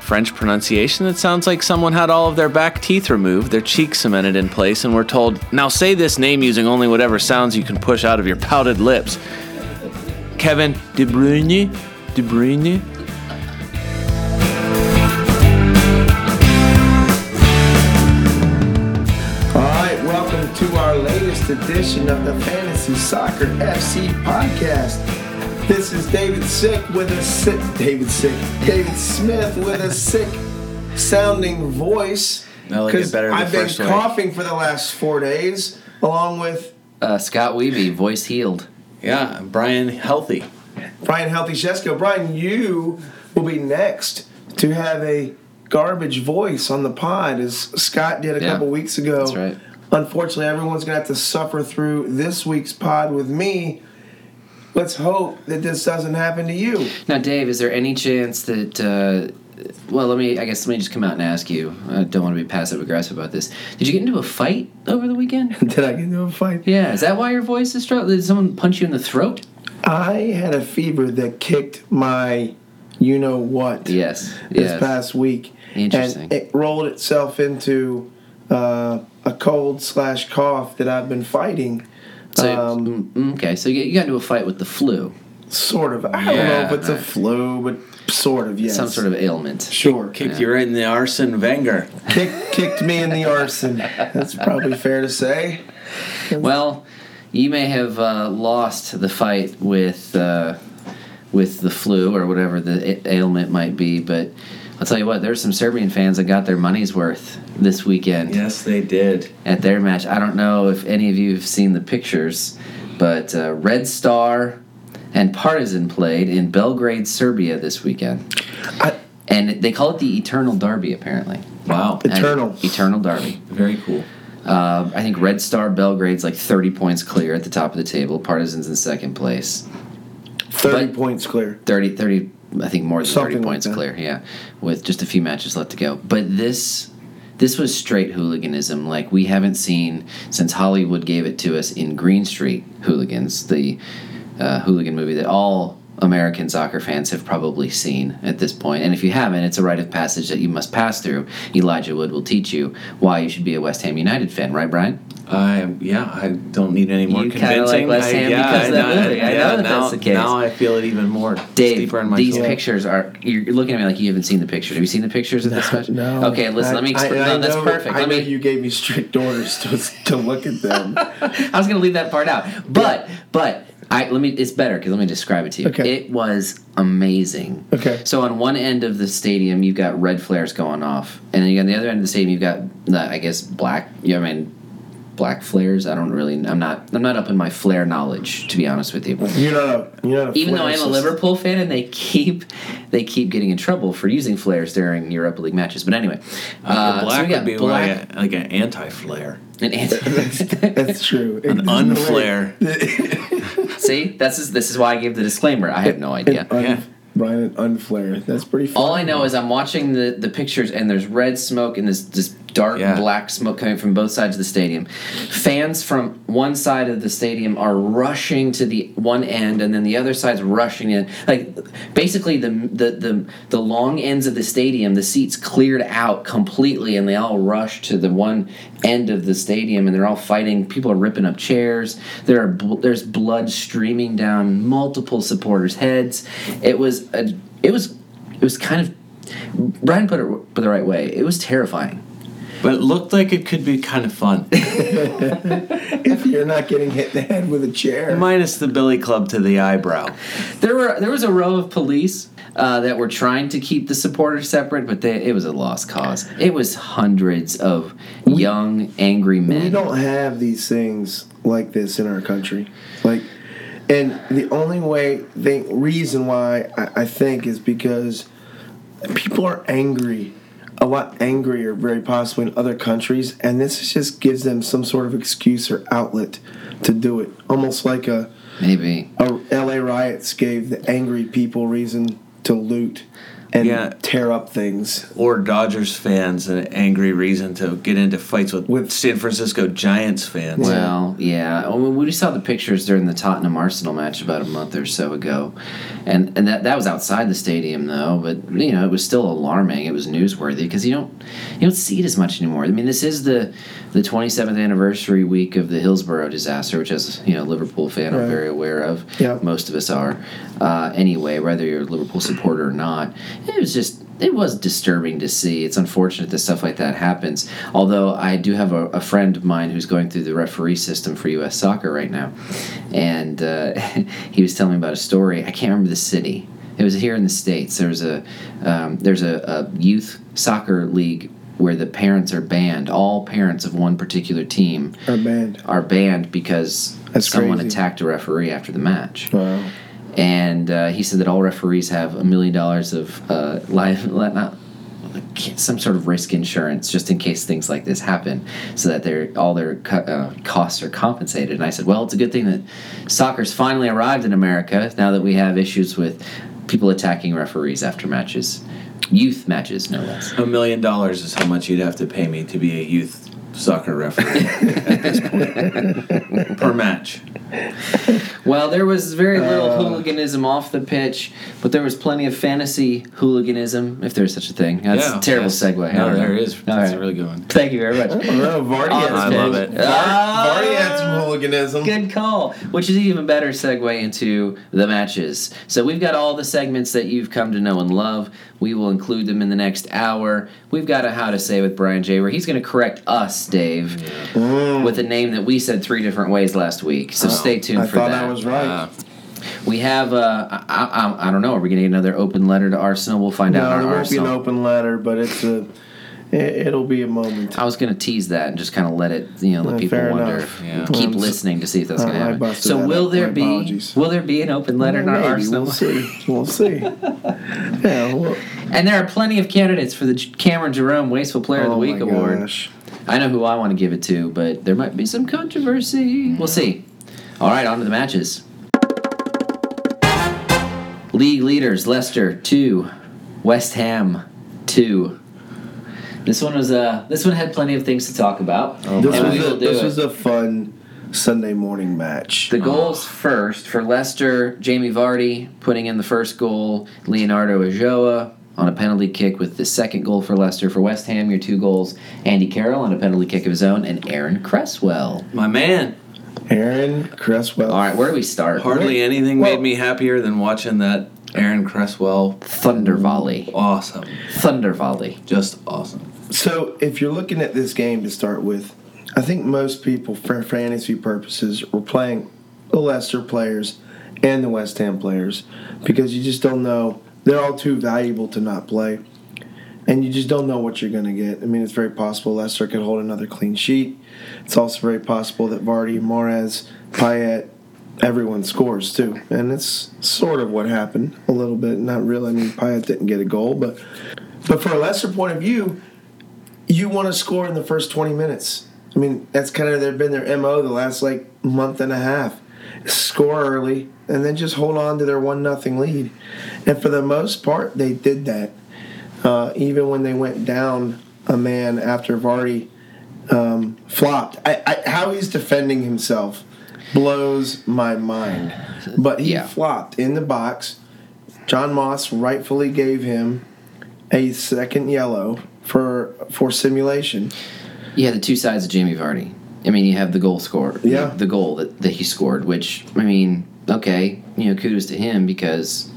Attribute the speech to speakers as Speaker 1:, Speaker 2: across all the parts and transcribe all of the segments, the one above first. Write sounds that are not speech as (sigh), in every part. Speaker 1: French pronunciation that sounds like someone had all of their back teeth removed, their cheeks cemented in place, and were told, now say this name using only whatever sounds you can push out of your pouted lips. Kevin De Bruyne? De Bruyne?
Speaker 2: All right, welcome to our latest edition of the Fantasy Soccer FC podcast. This is David Sick with a sick David Sick David Smith with a sick sounding voice.
Speaker 3: I like it
Speaker 2: 'Cause
Speaker 3: better the
Speaker 2: I've been
Speaker 3: first way.
Speaker 2: coughing for the last four days, along with
Speaker 4: Uh, Scott Weeby, voice healed.
Speaker 3: Yeah, Brian Healthy.
Speaker 2: Brian Healthy Shesko. Brian, you will be next to have a garbage voice on the pod, as Scott did a
Speaker 4: Yeah,
Speaker 2: couple weeks ago.
Speaker 4: that's right.
Speaker 2: Unfortunately, everyone's going to have to suffer through this week's pod with me. Let's hope that this doesn't happen to you.
Speaker 4: Now, Dave, is there any chance that? Uh, well, let me. I guess let me just come out and ask you. I don't want to be passive aggressive about this. Did you get into a fight over the weekend?
Speaker 2: (laughs)
Speaker 4: (laughs)
Speaker 2: Did I get into a fight?
Speaker 4: yeah. Is that why your voice is strong? Did someone punch you in the throat?
Speaker 2: I had a fever that kicked my you know what
Speaker 4: Yes.
Speaker 2: this
Speaker 4: Yes.
Speaker 2: past week.
Speaker 4: Interesting.
Speaker 2: And it rolled itself into uh, a cold slash cough that I've been fighting.
Speaker 4: So, mm, okay. So you, you got into a fight with the flu,
Speaker 2: Sort of. I don't know
Speaker 3: Yeah,
Speaker 2: if it's a
Speaker 4: nice.
Speaker 2: flu, but sort of, yes.
Speaker 4: some sort of ailment.
Speaker 2: Sure. Kick,
Speaker 3: Kicked you right in the arson Wenger.
Speaker 2: kick, kicked me in the
Speaker 4: (laughs)
Speaker 2: arson. That's probably fair to say.
Speaker 4: Well, you may have uh, lost the fight with uh, with the flu or whatever the a- ailment might be, but I'll tell you what, there's some Serbian fans that got their money's worth this weekend
Speaker 3: Yes, they did.
Speaker 4: at their match. I don't know if any of you have seen the pictures, but uh, Red Star and Partizan played in Belgrade, Serbia this weekend,
Speaker 2: I,
Speaker 4: and they call it the Eternal Derby apparently.
Speaker 3: Wow.
Speaker 4: And-
Speaker 2: Eternal.
Speaker 4: Eternal Derby.
Speaker 3: Very cool.
Speaker 4: Uh, I think Red Star Belgrade's like 30 points clear at the top of the table. Partisans in second place.
Speaker 2: 30
Speaker 4: But-
Speaker 2: points clear.
Speaker 4: 30, 30 I think more than
Speaker 2: Something
Speaker 4: 30
Speaker 2: like
Speaker 4: points
Speaker 2: that.
Speaker 4: clear, yeah, with just a few matches left to go. But this this was straight hooliganism like we haven't seen since Hollywood gave it to us in Green Street Hooligans, the uh, hooligan movie that all American soccer fans have probably seen at this point. And if you haven't, it's a rite of passage that you must pass through. Elijah Wood will teach you why you should be a West Ham United fan, right, Brian?
Speaker 3: I yeah, I don't need any more
Speaker 4: You kinda
Speaker 3: convincing.
Speaker 4: like West
Speaker 3: I,
Speaker 4: Ham
Speaker 3: yeah,
Speaker 4: because
Speaker 3: I
Speaker 4: of that
Speaker 3: know-
Speaker 4: movie. I
Speaker 3: yeah,
Speaker 4: know that
Speaker 3: now,
Speaker 4: that's the case.
Speaker 3: Now I feel it even more
Speaker 4: Dave,
Speaker 3: deeper in my
Speaker 4: these
Speaker 3: soul.
Speaker 4: pictures are. You're you're looking at me like you haven't seen the pictures. Have you seen the pictures of this match?
Speaker 2: No.
Speaker 4: Okay, listen. let me.
Speaker 2: I- I-
Speaker 4: Explain.
Speaker 2: I
Speaker 4: no, that's
Speaker 2: know-
Speaker 4: perfect.
Speaker 2: I
Speaker 4: Let
Speaker 2: know
Speaker 4: me.
Speaker 2: you gave me strict orders to, (laughs) to look at
Speaker 4: (laughs)
Speaker 2: them.
Speaker 4: I was going to leave that part out, but but I let me. It's better because let me describe it to you.
Speaker 2: Okay.
Speaker 4: It was amazing.
Speaker 2: Okay.
Speaker 4: So on one end of the stadium, you've got red flares going off, and then on the other end of the stadium, you've got the, I guess black. You know, I mean, black flares. I don't really. I'm not. I'm not up in my flare knowledge, to be honest with you.
Speaker 2: You're not a, you're not a
Speaker 4: even though I'm a
Speaker 2: flair
Speaker 4: Liverpool fan, and they keep they keep getting in trouble for using flares during Europa League matches. But anyway,
Speaker 3: Uh,
Speaker 4: so
Speaker 3: black Mm-hmm.
Speaker 4: we got
Speaker 3: would be
Speaker 4: black
Speaker 3: like, a, like an anti-flare,
Speaker 4: and anti-
Speaker 2: system. That's true.
Speaker 3: an unflare.
Speaker 4: (laughs) See, this is this is why I gave the disclaimer. I have no idea.
Speaker 2: Un,
Speaker 3: Yeah.
Speaker 2: Brian, an unflare. That's pretty funny.
Speaker 4: All I know is I'm watching the, the pictures, and there's red smoke and this this dark
Speaker 3: Yeah.
Speaker 4: black smoke coming from both sides of the stadium. Fans from one side of the stadium are rushing to the one end, and then the other side's rushing in. Like basically, the the the, the long ends of the stadium, the seats cleared out completely, and they all rush to the one end of the stadium, and they're all fighting. People are ripping up chairs. There are bl- there's blood streaming down multiple supporters' heads. It was a it was it was kind of Brian put it the right way. It was terrifying.
Speaker 3: But it looked like it could be kind of fun.
Speaker 2: if you're not getting hit in the head with a chair.
Speaker 3: (laughs) Minus the billy club to the eyebrow.
Speaker 4: There were there was a row of police uh, that were trying to keep the supporters separate, but they, it was a lost cause. It was hundreds of young angry
Speaker 2: we
Speaker 4: men.
Speaker 2: don't have these things like this in our country like and the only way the reason why i, I think is because people are angry a lot angrier very possibly in other countries and this just gives them some sort of excuse or outlet to do it almost like a,
Speaker 4: Maybe
Speaker 2: a la riots gave the angry people reason to loot and
Speaker 1: Yeah.
Speaker 2: tear up things.
Speaker 3: or Dodgers fans an angry reason to get into fights with,
Speaker 2: With-
Speaker 3: San Francisco Giants fans.
Speaker 4: Well, yeah. I mean, we saw the pictures during the Tottenham Arsenal match about a month or so ago, and and that that was outside the stadium though. But you know, it was still alarming. It was newsworthy because you don't you don't see it as much anymore. I mean, this is the the 27th anniversary week of the Hillsborough disaster, which as you know, Liverpool fan, I'm
Speaker 2: Right.
Speaker 4: very aware of.
Speaker 2: Yep.
Speaker 4: Most of us are, uh, anyway. Whether you're a Liverpool supporter or not, it was just. It was disturbing to see. It's unfortunate that stuff like that happens. Although I do have a, a friend of mine who's going through the referee system for U.S. soccer right now, and uh, (laughs) he was telling me about a story. I can't remember the city. It was here in the states. There was a um, there's a, a youth soccer league where the parents are banned. All parents of one particular team
Speaker 2: Our band.
Speaker 4: are banned because
Speaker 2: That's
Speaker 4: someone
Speaker 2: crazy.
Speaker 4: attacked a referee after the match
Speaker 2: Wow.
Speaker 4: and uh, he said that all referees have a million dollars of uh, life, li- not some sort of risk insurance just in case things like this happen, so that their all their co- uh, costs are compensated. And I said, well, it's a good thing that soccer's finally arrived in America now that we have issues with people attacking referees after matches, youth matches, no less.
Speaker 3: A million dollars is how much you'd have to pay me to be a youth soccer referee at
Speaker 4: (laughs)
Speaker 3: this point per match.
Speaker 4: Well, there was very little
Speaker 3: Uh.
Speaker 4: hooliganism off the pitch, but there was plenty of fantasy hooliganism, if there's such a thing. That's
Speaker 3: Yeah,
Speaker 4: a terrible
Speaker 3: yes.
Speaker 4: segue. I
Speaker 3: No,
Speaker 4: don't
Speaker 3: there
Speaker 4: know.
Speaker 3: is.
Speaker 4: All
Speaker 3: That's
Speaker 4: right.
Speaker 3: a really good one.
Speaker 4: Thank you very much.
Speaker 2: Oh, Vardy
Speaker 4: Oh,
Speaker 2: had
Speaker 4: I
Speaker 2: some-
Speaker 4: love
Speaker 3: it.
Speaker 4: Ah!
Speaker 2: Vardy had some hooliganism.
Speaker 4: Good call. Which is even better segue into the matches. So we've got all the segments that you've come to know and love. We will include them in the next hour. We've got a how to say with Brian J, where he's going to correct us, Dave,
Speaker 2: Mm.
Speaker 4: with a name that we said three different ways last week. So stay tuned
Speaker 2: Oh, I
Speaker 4: for
Speaker 2: thought
Speaker 4: that. uh,
Speaker 2: I was right.
Speaker 4: We have. Uh, I, I, I don't know. Are we going to get another open letter to Arsenal? We'll find out.
Speaker 2: no,
Speaker 4: on
Speaker 2: it won't
Speaker 4: Arsenal.
Speaker 2: be an open letter, but it's a. It, it'll be a moment.
Speaker 4: I was going to tease that and just kind of let it, you know, let
Speaker 2: Uh,
Speaker 4: people
Speaker 2: fair
Speaker 4: wonder.
Speaker 2: enough.
Speaker 3: Yeah.
Speaker 4: Keep
Speaker 2: Um, so-
Speaker 4: listening to see if that's
Speaker 2: Uh,
Speaker 4: going to
Speaker 2: I
Speaker 4: happen.
Speaker 2: busted
Speaker 4: So
Speaker 2: that
Speaker 4: will
Speaker 2: up.
Speaker 4: there
Speaker 2: My
Speaker 4: be
Speaker 2: apologies.
Speaker 4: will there be an open letter in our
Speaker 2: Maybe.
Speaker 4: arsenal?
Speaker 2: We'll
Speaker 4: (laughs)
Speaker 2: see. We'll see. yeah. Well,
Speaker 4: And there are plenty of candidates for the J- Cameron Jerome Wasteful Player of the
Speaker 2: oh
Speaker 4: Week
Speaker 2: my
Speaker 4: award.
Speaker 2: gosh.
Speaker 4: I know who I want to give it to, but there might be some controversy. We'll see. All right, on to the matches. League leaders Leicester 2, West Ham 2. This one was uh this one had plenty of things to talk about.
Speaker 2: This
Speaker 4: and we
Speaker 2: was a,
Speaker 4: will do
Speaker 2: Oh, this
Speaker 4: it.
Speaker 2: was a fun Sunday morning match.
Speaker 4: The goals first for Leicester, Jamie Vardy putting in the first goal, Leonardo Ajoa on a penalty kick with the second goal for Leicester. For West Ham, your two goals, Andy Carroll on a penalty kick of his own, and Aaron Cresswell.
Speaker 3: My man,
Speaker 2: Aaron Cresswell.
Speaker 4: All right, where do we start?
Speaker 3: hardly anything
Speaker 2: Well-
Speaker 3: made me happier than watching that Aaron Cresswell.
Speaker 4: Thunder volley.
Speaker 3: Awesome.
Speaker 4: Thunder volley.
Speaker 3: Just awesome.
Speaker 2: So, if you're looking at this game to start with, I think most people, for fantasy purposes, were playing the Leicester players and the West Ham players because you just don't know. They're all too valuable to not play. And you just don't know what you're going to get. I mean, it's very possible Leicester could hold another clean sheet. It's also very possible that Vardy, Moraz, Payet, everyone scores too. And it's sort of what happened a little bit. Not really. I mean, Payet didn't get a goal, but. But for a lesser point of view, you want to score in the first 20 minutes. I mean, that's kind of their, been their MO the last like month and a half. Score early and then just hold on to their 1 nothing lead. And for the most part, they did that. Uh, even when they went down a man after Vardy um, flopped. I, I, how he's defending himself blows my mind. But he
Speaker 4: Yeah.
Speaker 2: flopped in the box. John Moss rightfully gave him a second yellow for for simulation.
Speaker 4: Yeah, the two sides of Jamie Vardy. I mean, you have the goal scorer.
Speaker 2: Yeah.
Speaker 4: The, the goal that, that he scored, which, I mean, okay, you know, kudos to him because,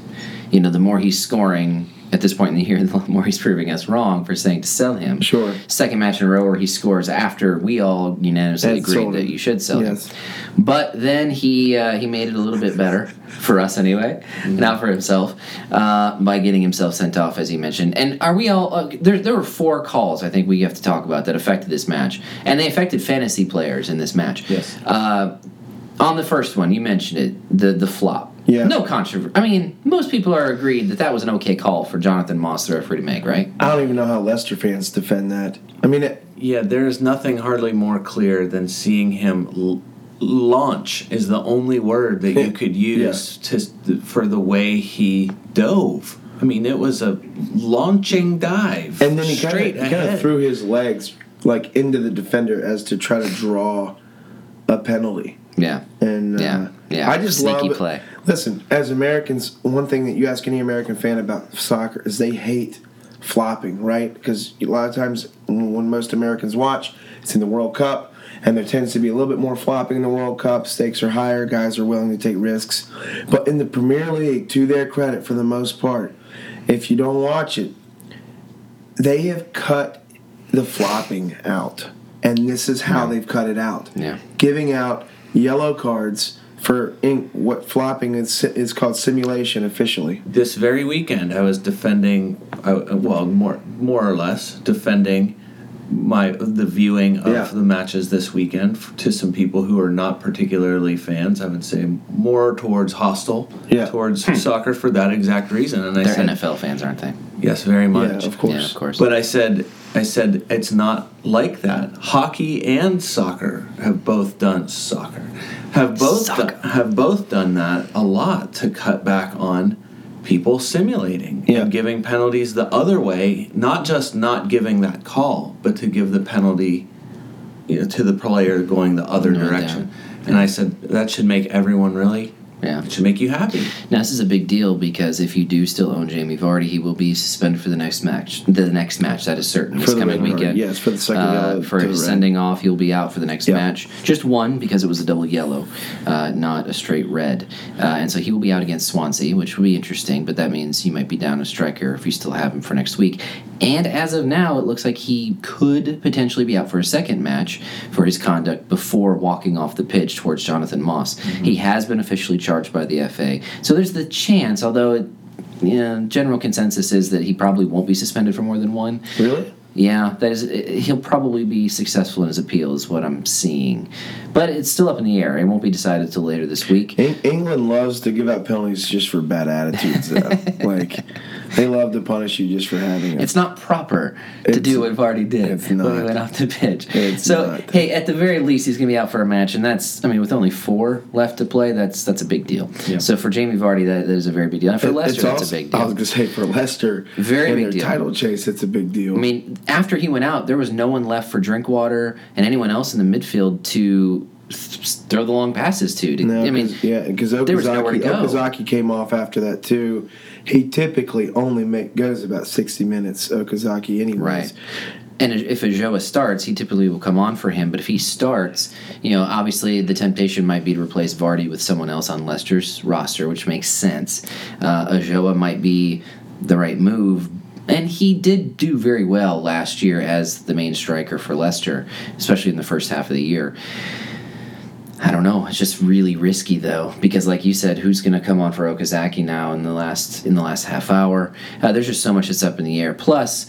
Speaker 4: you know, the more he's scoring at this point in the year, (laughs) the more he's proving us wrong for saying to sell him.
Speaker 2: Sure.
Speaker 4: Second match in a row where he scores after we all unanimously
Speaker 2: Had
Speaker 4: agreed
Speaker 2: sold
Speaker 4: that
Speaker 2: him.
Speaker 4: you should sell
Speaker 2: Yes.
Speaker 4: him. But then he uh, he made it a little bit better for us anyway, not for himself, uh, by getting himself sent off as he mentioned. And are we all uh, there? There were four calls I think we have to talk about that affected this match, and they affected fantasy players in this match.
Speaker 3: Yes.
Speaker 4: Uh, on the first one, you mentioned it the the flop.
Speaker 2: Yeah.
Speaker 4: No controversy. I mean, most people are agreed that that was an okay call for Jonathan Moss, the referee, to make, right?
Speaker 2: I don't even know how Leicester fans defend that. I mean, it,
Speaker 3: Yeah, there is nothing hardly more clear than seeing him l- launch
Speaker 2: (laughs)
Speaker 3: is the only word that you could use to, for the way he dove. I mean, it was a launching dive.
Speaker 2: And then he
Speaker 3: straight
Speaker 2: kind of
Speaker 3: ahead.
Speaker 2: threw his legs like into the defender as to try to draw a penalty.
Speaker 4: Yeah.
Speaker 2: And uh,
Speaker 4: Yeah, yeah,
Speaker 2: I just
Speaker 4: sneaky
Speaker 2: love
Speaker 4: play.
Speaker 2: Listen, as Americans, one thing that you ask any American fan about soccer is they hate flopping, right? Because a lot of times when most Americans watch, it's in the World Cup, and there tends to be a little bit more flopping in the World Cup. Stakes are higher, guys are willing to take risks. But in the Premier League, to their credit, for the most part, if you don't watch it, they have cut the flopping out. And this is how they've cut it out.
Speaker 4: Yeah.
Speaker 2: Giving out yellow cards for in, what flopping is, is called simulation officially.
Speaker 3: this very weekend i was defending I, well more more or less defending my the viewing of
Speaker 2: Yeah.
Speaker 3: the matches this weekend f- to some people who are not particularly fans i would say more towards hostile
Speaker 2: Yeah. Hmm.
Speaker 3: towards soccer for that exact reason and i
Speaker 4: They're
Speaker 3: said
Speaker 4: NFL fans, aren't they?
Speaker 3: yes very much
Speaker 2: Yeah, of course.
Speaker 4: Yeah, of course.
Speaker 3: but uh, I said, I said it's not like that. Hockey and soccer have both done soccer, have both
Speaker 4: Soccer.
Speaker 3: done- have both done that a lot to cut back on people simulating
Speaker 2: Yeah.
Speaker 3: and giving penalties the other way. Not just not giving that call, but to give the penalty you know, to the player going the other
Speaker 4: No
Speaker 3: direction. And I said that should make everyone really.
Speaker 4: Yeah.
Speaker 3: It should make you happy.
Speaker 4: Now this is a big deal because if you do still own Jamie Vardy, he will be suspended for the next match. The next match that is certain
Speaker 2: For
Speaker 4: this
Speaker 2: the
Speaker 4: coming
Speaker 2: red card.
Speaker 4: weekend.
Speaker 2: Yes, for the second
Speaker 4: Uh,
Speaker 2: yellow
Speaker 4: for
Speaker 2: to the
Speaker 4: his
Speaker 2: red.
Speaker 4: sending off, he'll be out for the next
Speaker 2: Yeah.
Speaker 4: match. Just one because it was a double yellow, uh, not a straight red, uh, and so he will be out against Swansea, which will be interesting. But that means you might be down a striker if you still have him for next week. And as of now, it looks like he could potentially be out for a second match for his conduct before walking off the pitch towards Jonathan Moss. He has been officially charged by the FA, so there's the chance, although. It, yeah, general consensus is that he probably won't be suspended for more than one.
Speaker 2: Really?
Speaker 4: Yeah, that is. He'll probably be successful in his appeal, is what I'm seeing. But it's still up in the air. It won't be decided till later this week.
Speaker 2: Eng- England loves to give out penalties just for bad attitudes. though.
Speaker 4: (laughs)
Speaker 2: like, they love to punish you just for having it.
Speaker 4: It's not proper to
Speaker 2: It's-
Speaker 4: do what Vardy did
Speaker 2: it's
Speaker 4: when he
Speaker 2: not.
Speaker 4: went off the pitch.
Speaker 2: It's
Speaker 4: so
Speaker 2: not.
Speaker 4: hey, at the very least, he's going to be out for a match, and that's I mean, with only four left to play, that's that's a big deal. So for Jamie Vardy, that, that is a very big deal. And for
Speaker 2: It-
Speaker 4: Leicester,
Speaker 2: it's
Speaker 4: that's
Speaker 2: also-
Speaker 4: a big
Speaker 2: I was
Speaker 4: deal.
Speaker 2: going to say for Leicester,
Speaker 4: Very
Speaker 2: in
Speaker 4: big
Speaker 2: their
Speaker 4: deal.
Speaker 2: title chase, it's a big deal.
Speaker 4: I mean, after he went out, there was no one left for Drinkwater and anyone else in the midfield to th- throw the long passes to. to
Speaker 2: No,
Speaker 4: I mean,
Speaker 2: 'cause- yeah, because
Speaker 4: there was nowhere to
Speaker 2: Okazaki,
Speaker 4: go.
Speaker 2: Okazaki came off after that too. He typically only make, goes about sixty minutes. Okazaki, anyways.
Speaker 4: Right. And if Ajoa starts, he typically will come on for him. But if he starts, you know, obviously the temptation might be to replace Vardy with someone else on Leicester's roster, which makes sense. Uh, Ajoa might be the right move. And he did do very well last year as the main striker for Leicester, especially in the first half of the year. I don't know. It's just really risky though, because like you said, who's going to come on for Okazaki now in the last in the last half hour? Uh, there's just so much that's up in the air. Plus,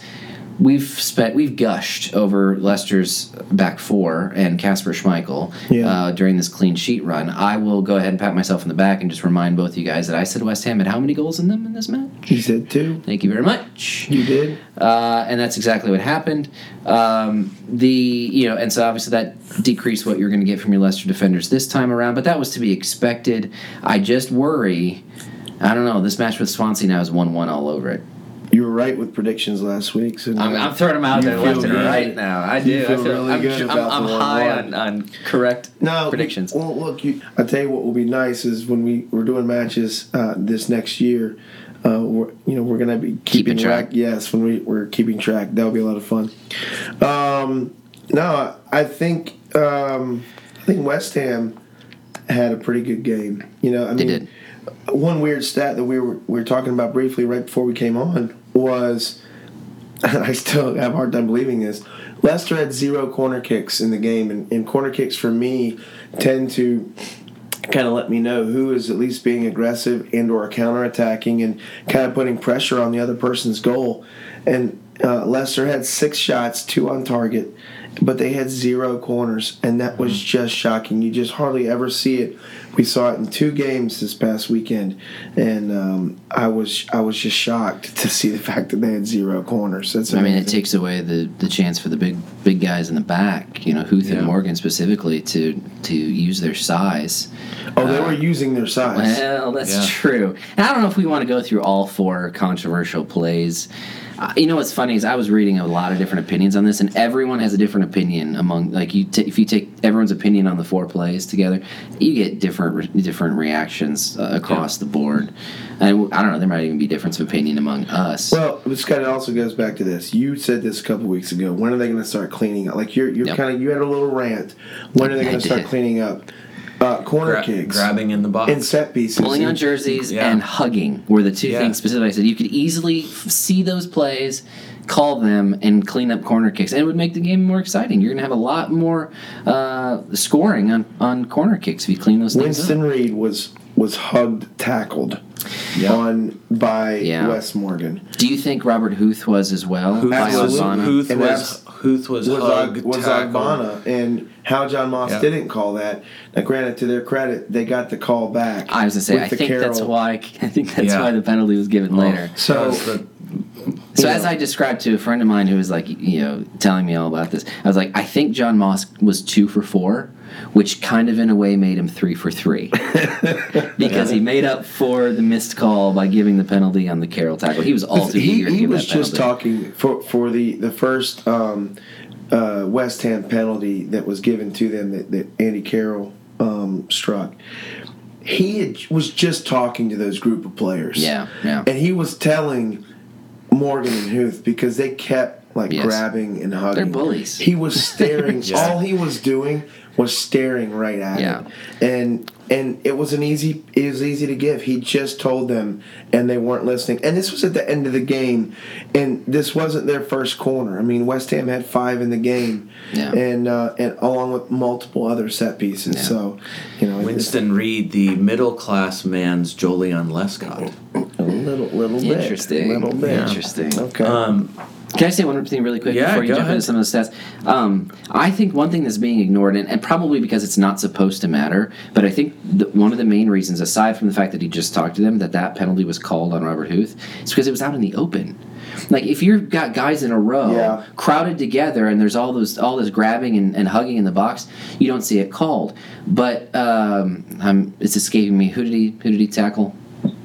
Speaker 4: we've spent we've gushed over Lester's back four and Casper Schmeichel
Speaker 2: Yeah.
Speaker 4: uh, during this clean sheet run. I will go ahead and pat myself on the back and just remind both of you guys that I said West Ham had how many goals in them in this match?
Speaker 2: He said two.
Speaker 4: Thank you very much
Speaker 2: You did.
Speaker 4: uh, and that's exactly what happened. Um, the you know, and so obviously that decreased what you're going to get from your Leicester defenders this time around, but that was to be expected. I just worry. I don't know. This match with Swansea now is one-one all over it.
Speaker 2: You were right with predictions last week. So
Speaker 4: I'm, I'm throwing them out
Speaker 2: You
Speaker 4: there
Speaker 2: feel
Speaker 4: left and
Speaker 2: good.
Speaker 4: right now. I do.
Speaker 2: You feel
Speaker 4: I feel
Speaker 2: really
Speaker 4: I'm,
Speaker 2: good
Speaker 4: I'm-
Speaker 2: about
Speaker 4: I'm
Speaker 2: the
Speaker 4: high
Speaker 2: 1-1.
Speaker 4: on, on correct
Speaker 2: no
Speaker 4: predictions.
Speaker 2: Well, look, you, I tell you what will be nice is when we we're doing matches uh, this next year. Uh, we're, you know we're gonna be keeping,
Speaker 4: Keeping track.
Speaker 2: Yes, when we we're keeping track, that'll be a lot of fun. Um, no, I think um, I think West Ham had a pretty good game. You know, I
Speaker 4: They
Speaker 2: mean,
Speaker 4: did.
Speaker 2: one weird stat that we were we were talking about briefly right before we came on was. (laughs) and I still have a hard time believing this. Leicester had zero corner kicks in the game, and, and corner kicks for me tend to kind of let me know who is at least being aggressive and or counterattacking and kind of putting pressure on the other person's goal. And uh, Leicester had six shots, two on target, but they had zero corners, and that was
Speaker 4: Mm-hmm.
Speaker 2: just shocking. You just hardly ever see it. We saw it in two games this past weekend, and um, I was I was just shocked to see the fact that they had zero corners. That's
Speaker 4: I mean, it
Speaker 2: amazing.
Speaker 4: takes away the, the chance for the big big guys in the back, you know, Huth
Speaker 3: Yeah.
Speaker 4: and Morgan specifically, to to use their size.
Speaker 2: oh, they
Speaker 4: uh,
Speaker 2: were using their size.
Speaker 4: Well, that's
Speaker 3: Yeah.
Speaker 4: true. And I don't know if we want to go through all four controversial plays. Uh, you know what's funny is I was reading a lot of different opinions on this, and everyone has a different opinion among like you. T- if you take everyone's opinion on the four plays together, you get different re- different reactions uh, across the board. And I don't know, there might even be difference of opinion among us.
Speaker 2: Well, it's kind of also goes back to this. You said this a couple weeks ago. When are they going to start cleaning up? Like you're, you're
Speaker 4: Yep.
Speaker 2: kind of you had a little rant. When are they
Speaker 4: I
Speaker 2: going to start
Speaker 4: did.
Speaker 2: cleaning up? Uh, corner
Speaker 3: Gra-
Speaker 2: kicks
Speaker 3: grabbing in the box.
Speaker 2: and set pieces.
Speaker 4: pulling on
Speaker 2: and-
Speaker 4: jerseys
Speaker 3: Yeah.
Speaker 4: and hugging were the two
Speaker 3: Yeah.
Speaker 4: things specifically I said. You could easily f- see those plays, call them, and clean up corner kicks, and it would make the game more exciting. You're going to have a lot more uh, scoring on, on corner kicks if you clean those
Speaker 2: Winston
Speaker 4: things up.
Speaker 2: Reed was was hugged, tackled
Speaker 3: Yeah.
Speaker 2: on by
Speaker 4: Yeah.
Speaker 2: Wes Morgan.
Speaker 4: Do you think Robert Huth was as well?
Speaker 3: Huth
Speaker 4: by
Speaker 3: was,
Speaker 2: Absolutely.
Speaker 4: Lozano?
Speaker 3: Huth
Speaker 2: And
Speaker 3: was, Huth was,
Speaker 2: Was
Speaker 3: hugged,
Speaker 2: Ag- was
Speaker 3: tackled.
Speaker 2: Agbana and how John Moss
Speaker 3: Yeah.
Speaker 2: didn't call that. Now, granted, to their credit, they got the call back.
Speaker 4: I was going to say,
Speaker 2: with
Speaker 4: I
Speaker 2: the
Speaker 4: think that's
Speaker 2: Carroll.
Speaker 4: why. (laughs) I think that's
Speaker 3: Yeah. Oh.
Speaker 4: why the penalty was given later.
Speaker 3: That
Speaker 2: So
Speaker 3: was the-
Speaker 4: So
Speaker 2: Yeah.
Speaker 4: as I described to a friend of mine who was like, you know, telling me all about this, I was like, I think John Moss was two for four, which kind of in a way made him three for three,
Speaker 2: (laughs)
Speaker 4: because he made up for the missed call by giving the penalty on the Carroll tackle. He was all too
Speaker 2: he,
Speaker 4: eager to
Speaker 2: he
Speaker 4: give
Speaker 2: was
Speaker 4: that penalty.
Speaker 2: just talking for for the the first um, uh, West Ham penalty that was given to them that, that Andy Carroll um, struck. He had, was just talking to those group of players.
Speaker 4: Yeah, yeah.
Speaker 2: and he was telling Morgan and Huth because they kept like
Speaker 4: Yes.
Speaker 2: grabbing and hugging.
Speaker 4: They're bullies.
Speaker 2: He was staring.
Speaker 3: Yeah.
Speaker 2: All he was doing was staring right at
Speaker 4: Yeah.
Speaker 2: it, and and it was an easy. It was easy to give. He just told them, and they weren't listening. And this was at the end of the game, and this wasn't their first corner. I mean, West Ham had five in the game,
Speaker 4: Yeah.
Speaker 2: and uh, and along with multiple other set pieces.
Speaker 4: Yeah.
Speaker 2: So, you know, it's
Speaker 3: Winston Reed, the middle class man's Jolyon Lescott.
Speaker 2: a little little bit,
Speaker 4: Interesting.
Speaker 2: little bit.
Speaker 4: Interesting.
Speaker 2: Okay.
Speaker 3: Um,
Speaker 4: Can I say one thing really quick
Speaker 3: Yeah,
Speaker 4: before you
Speaker 3: go
Speaker 4: jump
Speaker 3: ahead.
Speaker 4: into some of the stats? Um, I think one thing that's being ignored, and, and probably because it's not supposed to matter, but I think the, one of the main reasons, aside from the fact that he just talked to them, that that penalty was called on Robert Huth, is because it was out in the open. Like if you've got guys in a row
Speaker 2: Yeah.
Speaker 4: crowded together, and there's all those all this grabbing and, and hugging in the box, you don't see it called. But um, I'm, it's escaping me. Who did he Who did he tackle?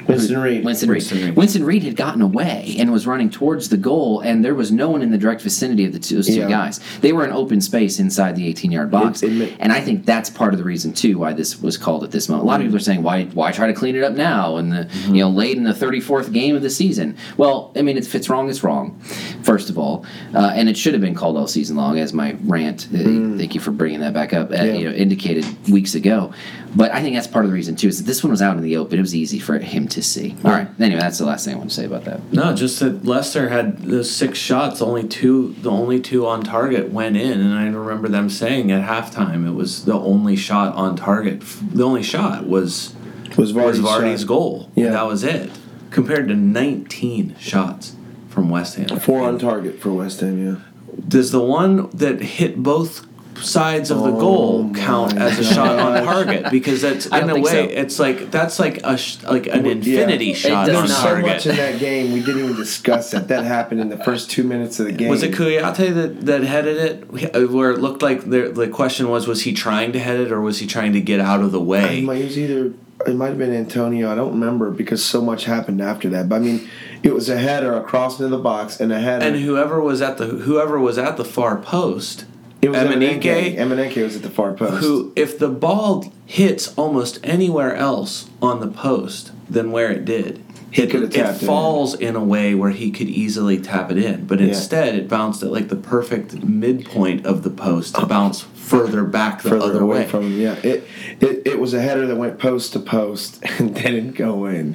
Speaker 2: Winston Reed.
Speaker 4: Winston Reed.
Speaker 3: Winston
Speaker 4: Winston Reed.
Speaker 3: Reed.
Speaker 4: had gotten away and was running towards the goal, and there was no one in the direct vicinity of the two, those two
Speaker 2: Yeah.
Speaker 4: guys. They were in open space inside the 18 yard box,
Speaker 2: It- it ma-
Speaker 4: and I think that's part of the reason too why this was called at this moment. A lot of people are saying, "Why, why try to clean it up now?" And the you know, late in the 34th game of the season. Well, I mean, if it's wrong, it's wrong. First of all, uh, and it should have been called all season long, as my rant. uh, Thank you for bringing that back up. Uh,
Speaker 2: Yeah.
Speaker 4: You know, indicated weeks ago. But I think that's part of the reason too is that this one was out in the open. It was easy for him to see. All right. Anyway, that's the last thing I want to say about that.
Speaker 3: no, just that Lester had those six shots. Only two, the only two on target went in, and I remember them saying at halftime it was the only shot on target. The only shot was
Speaker 2: was
Speaker 3: was
Speaker 2: Vardy's,
Speaker 3: Vardy's
Speaker 2: shot.
Speaker 3: goal.
Speaker 2: Yeah.
Speaker 3: that was it. Compared to 19 shots from West Ham.
Speaker 2: Four on target for West Ham, yeah.
Speaker 3: Does the one that hit both sides of the
Speaker 2: Oh
Speaker 3: goal
Speaker 2: my (laughs)
Speaker 3: count as a
Speaker 2: gosh.
Speaker 3: shot on target? Because that's
Speaker 4: I
Speaker 3: in
Speaker 4: don't
Speaker 3: a way,
Speaker 4: think so.
Speaker 3: it's like that's like a sh- like an
Speaker 2: Yeah.
Speaker 3: infinity
Speaker 2: It
Speaker 3: shot
Speaker 4: does
Speaker 3: on
Speaker 2: There's
Speaker 4: not.
Speaker 2: so much in
Speaker 3: target.
Speaker 2: that game we didn't even discuss that. That happened in the first two minutes of the game.
Speaker 3: Was it Kouyaté that, that headed it? Where it looked like the, the question was, was he trying to head it or was he trying to get out of the
Speaker 2: It
Speaker 3: way?
Speaker 2: might- it was either it might have been Antonio. I don't remember because so much happened after that. But I mean, it was a header, a cross into the box, and a header.
Speaker 3: And whoever was at the whoever was at the far post,
Speaker 2: it was
Speaker 3: Emenike,
Speaker 2: Emenike was at the far post.
Speaker 3: who if the ball hits almost anywhere else on the post than where it did it,
Speaker 2: could have
Speaker 3: it
Speaker 2: tapped it in.
Speaker 3: falls in a way where he could easily tap it in but
Speaker 2: Yeah.
Speaker 3: instead it bounced at like the perfect midpoint of the post to bounce further back the
Speaker 2: further
Speaker 3: other
Speaker 2: away
Speaker 3: way
Speaker 2: from him? Yeah, it, it it was a header that went post to post (laughs) and didn't go in,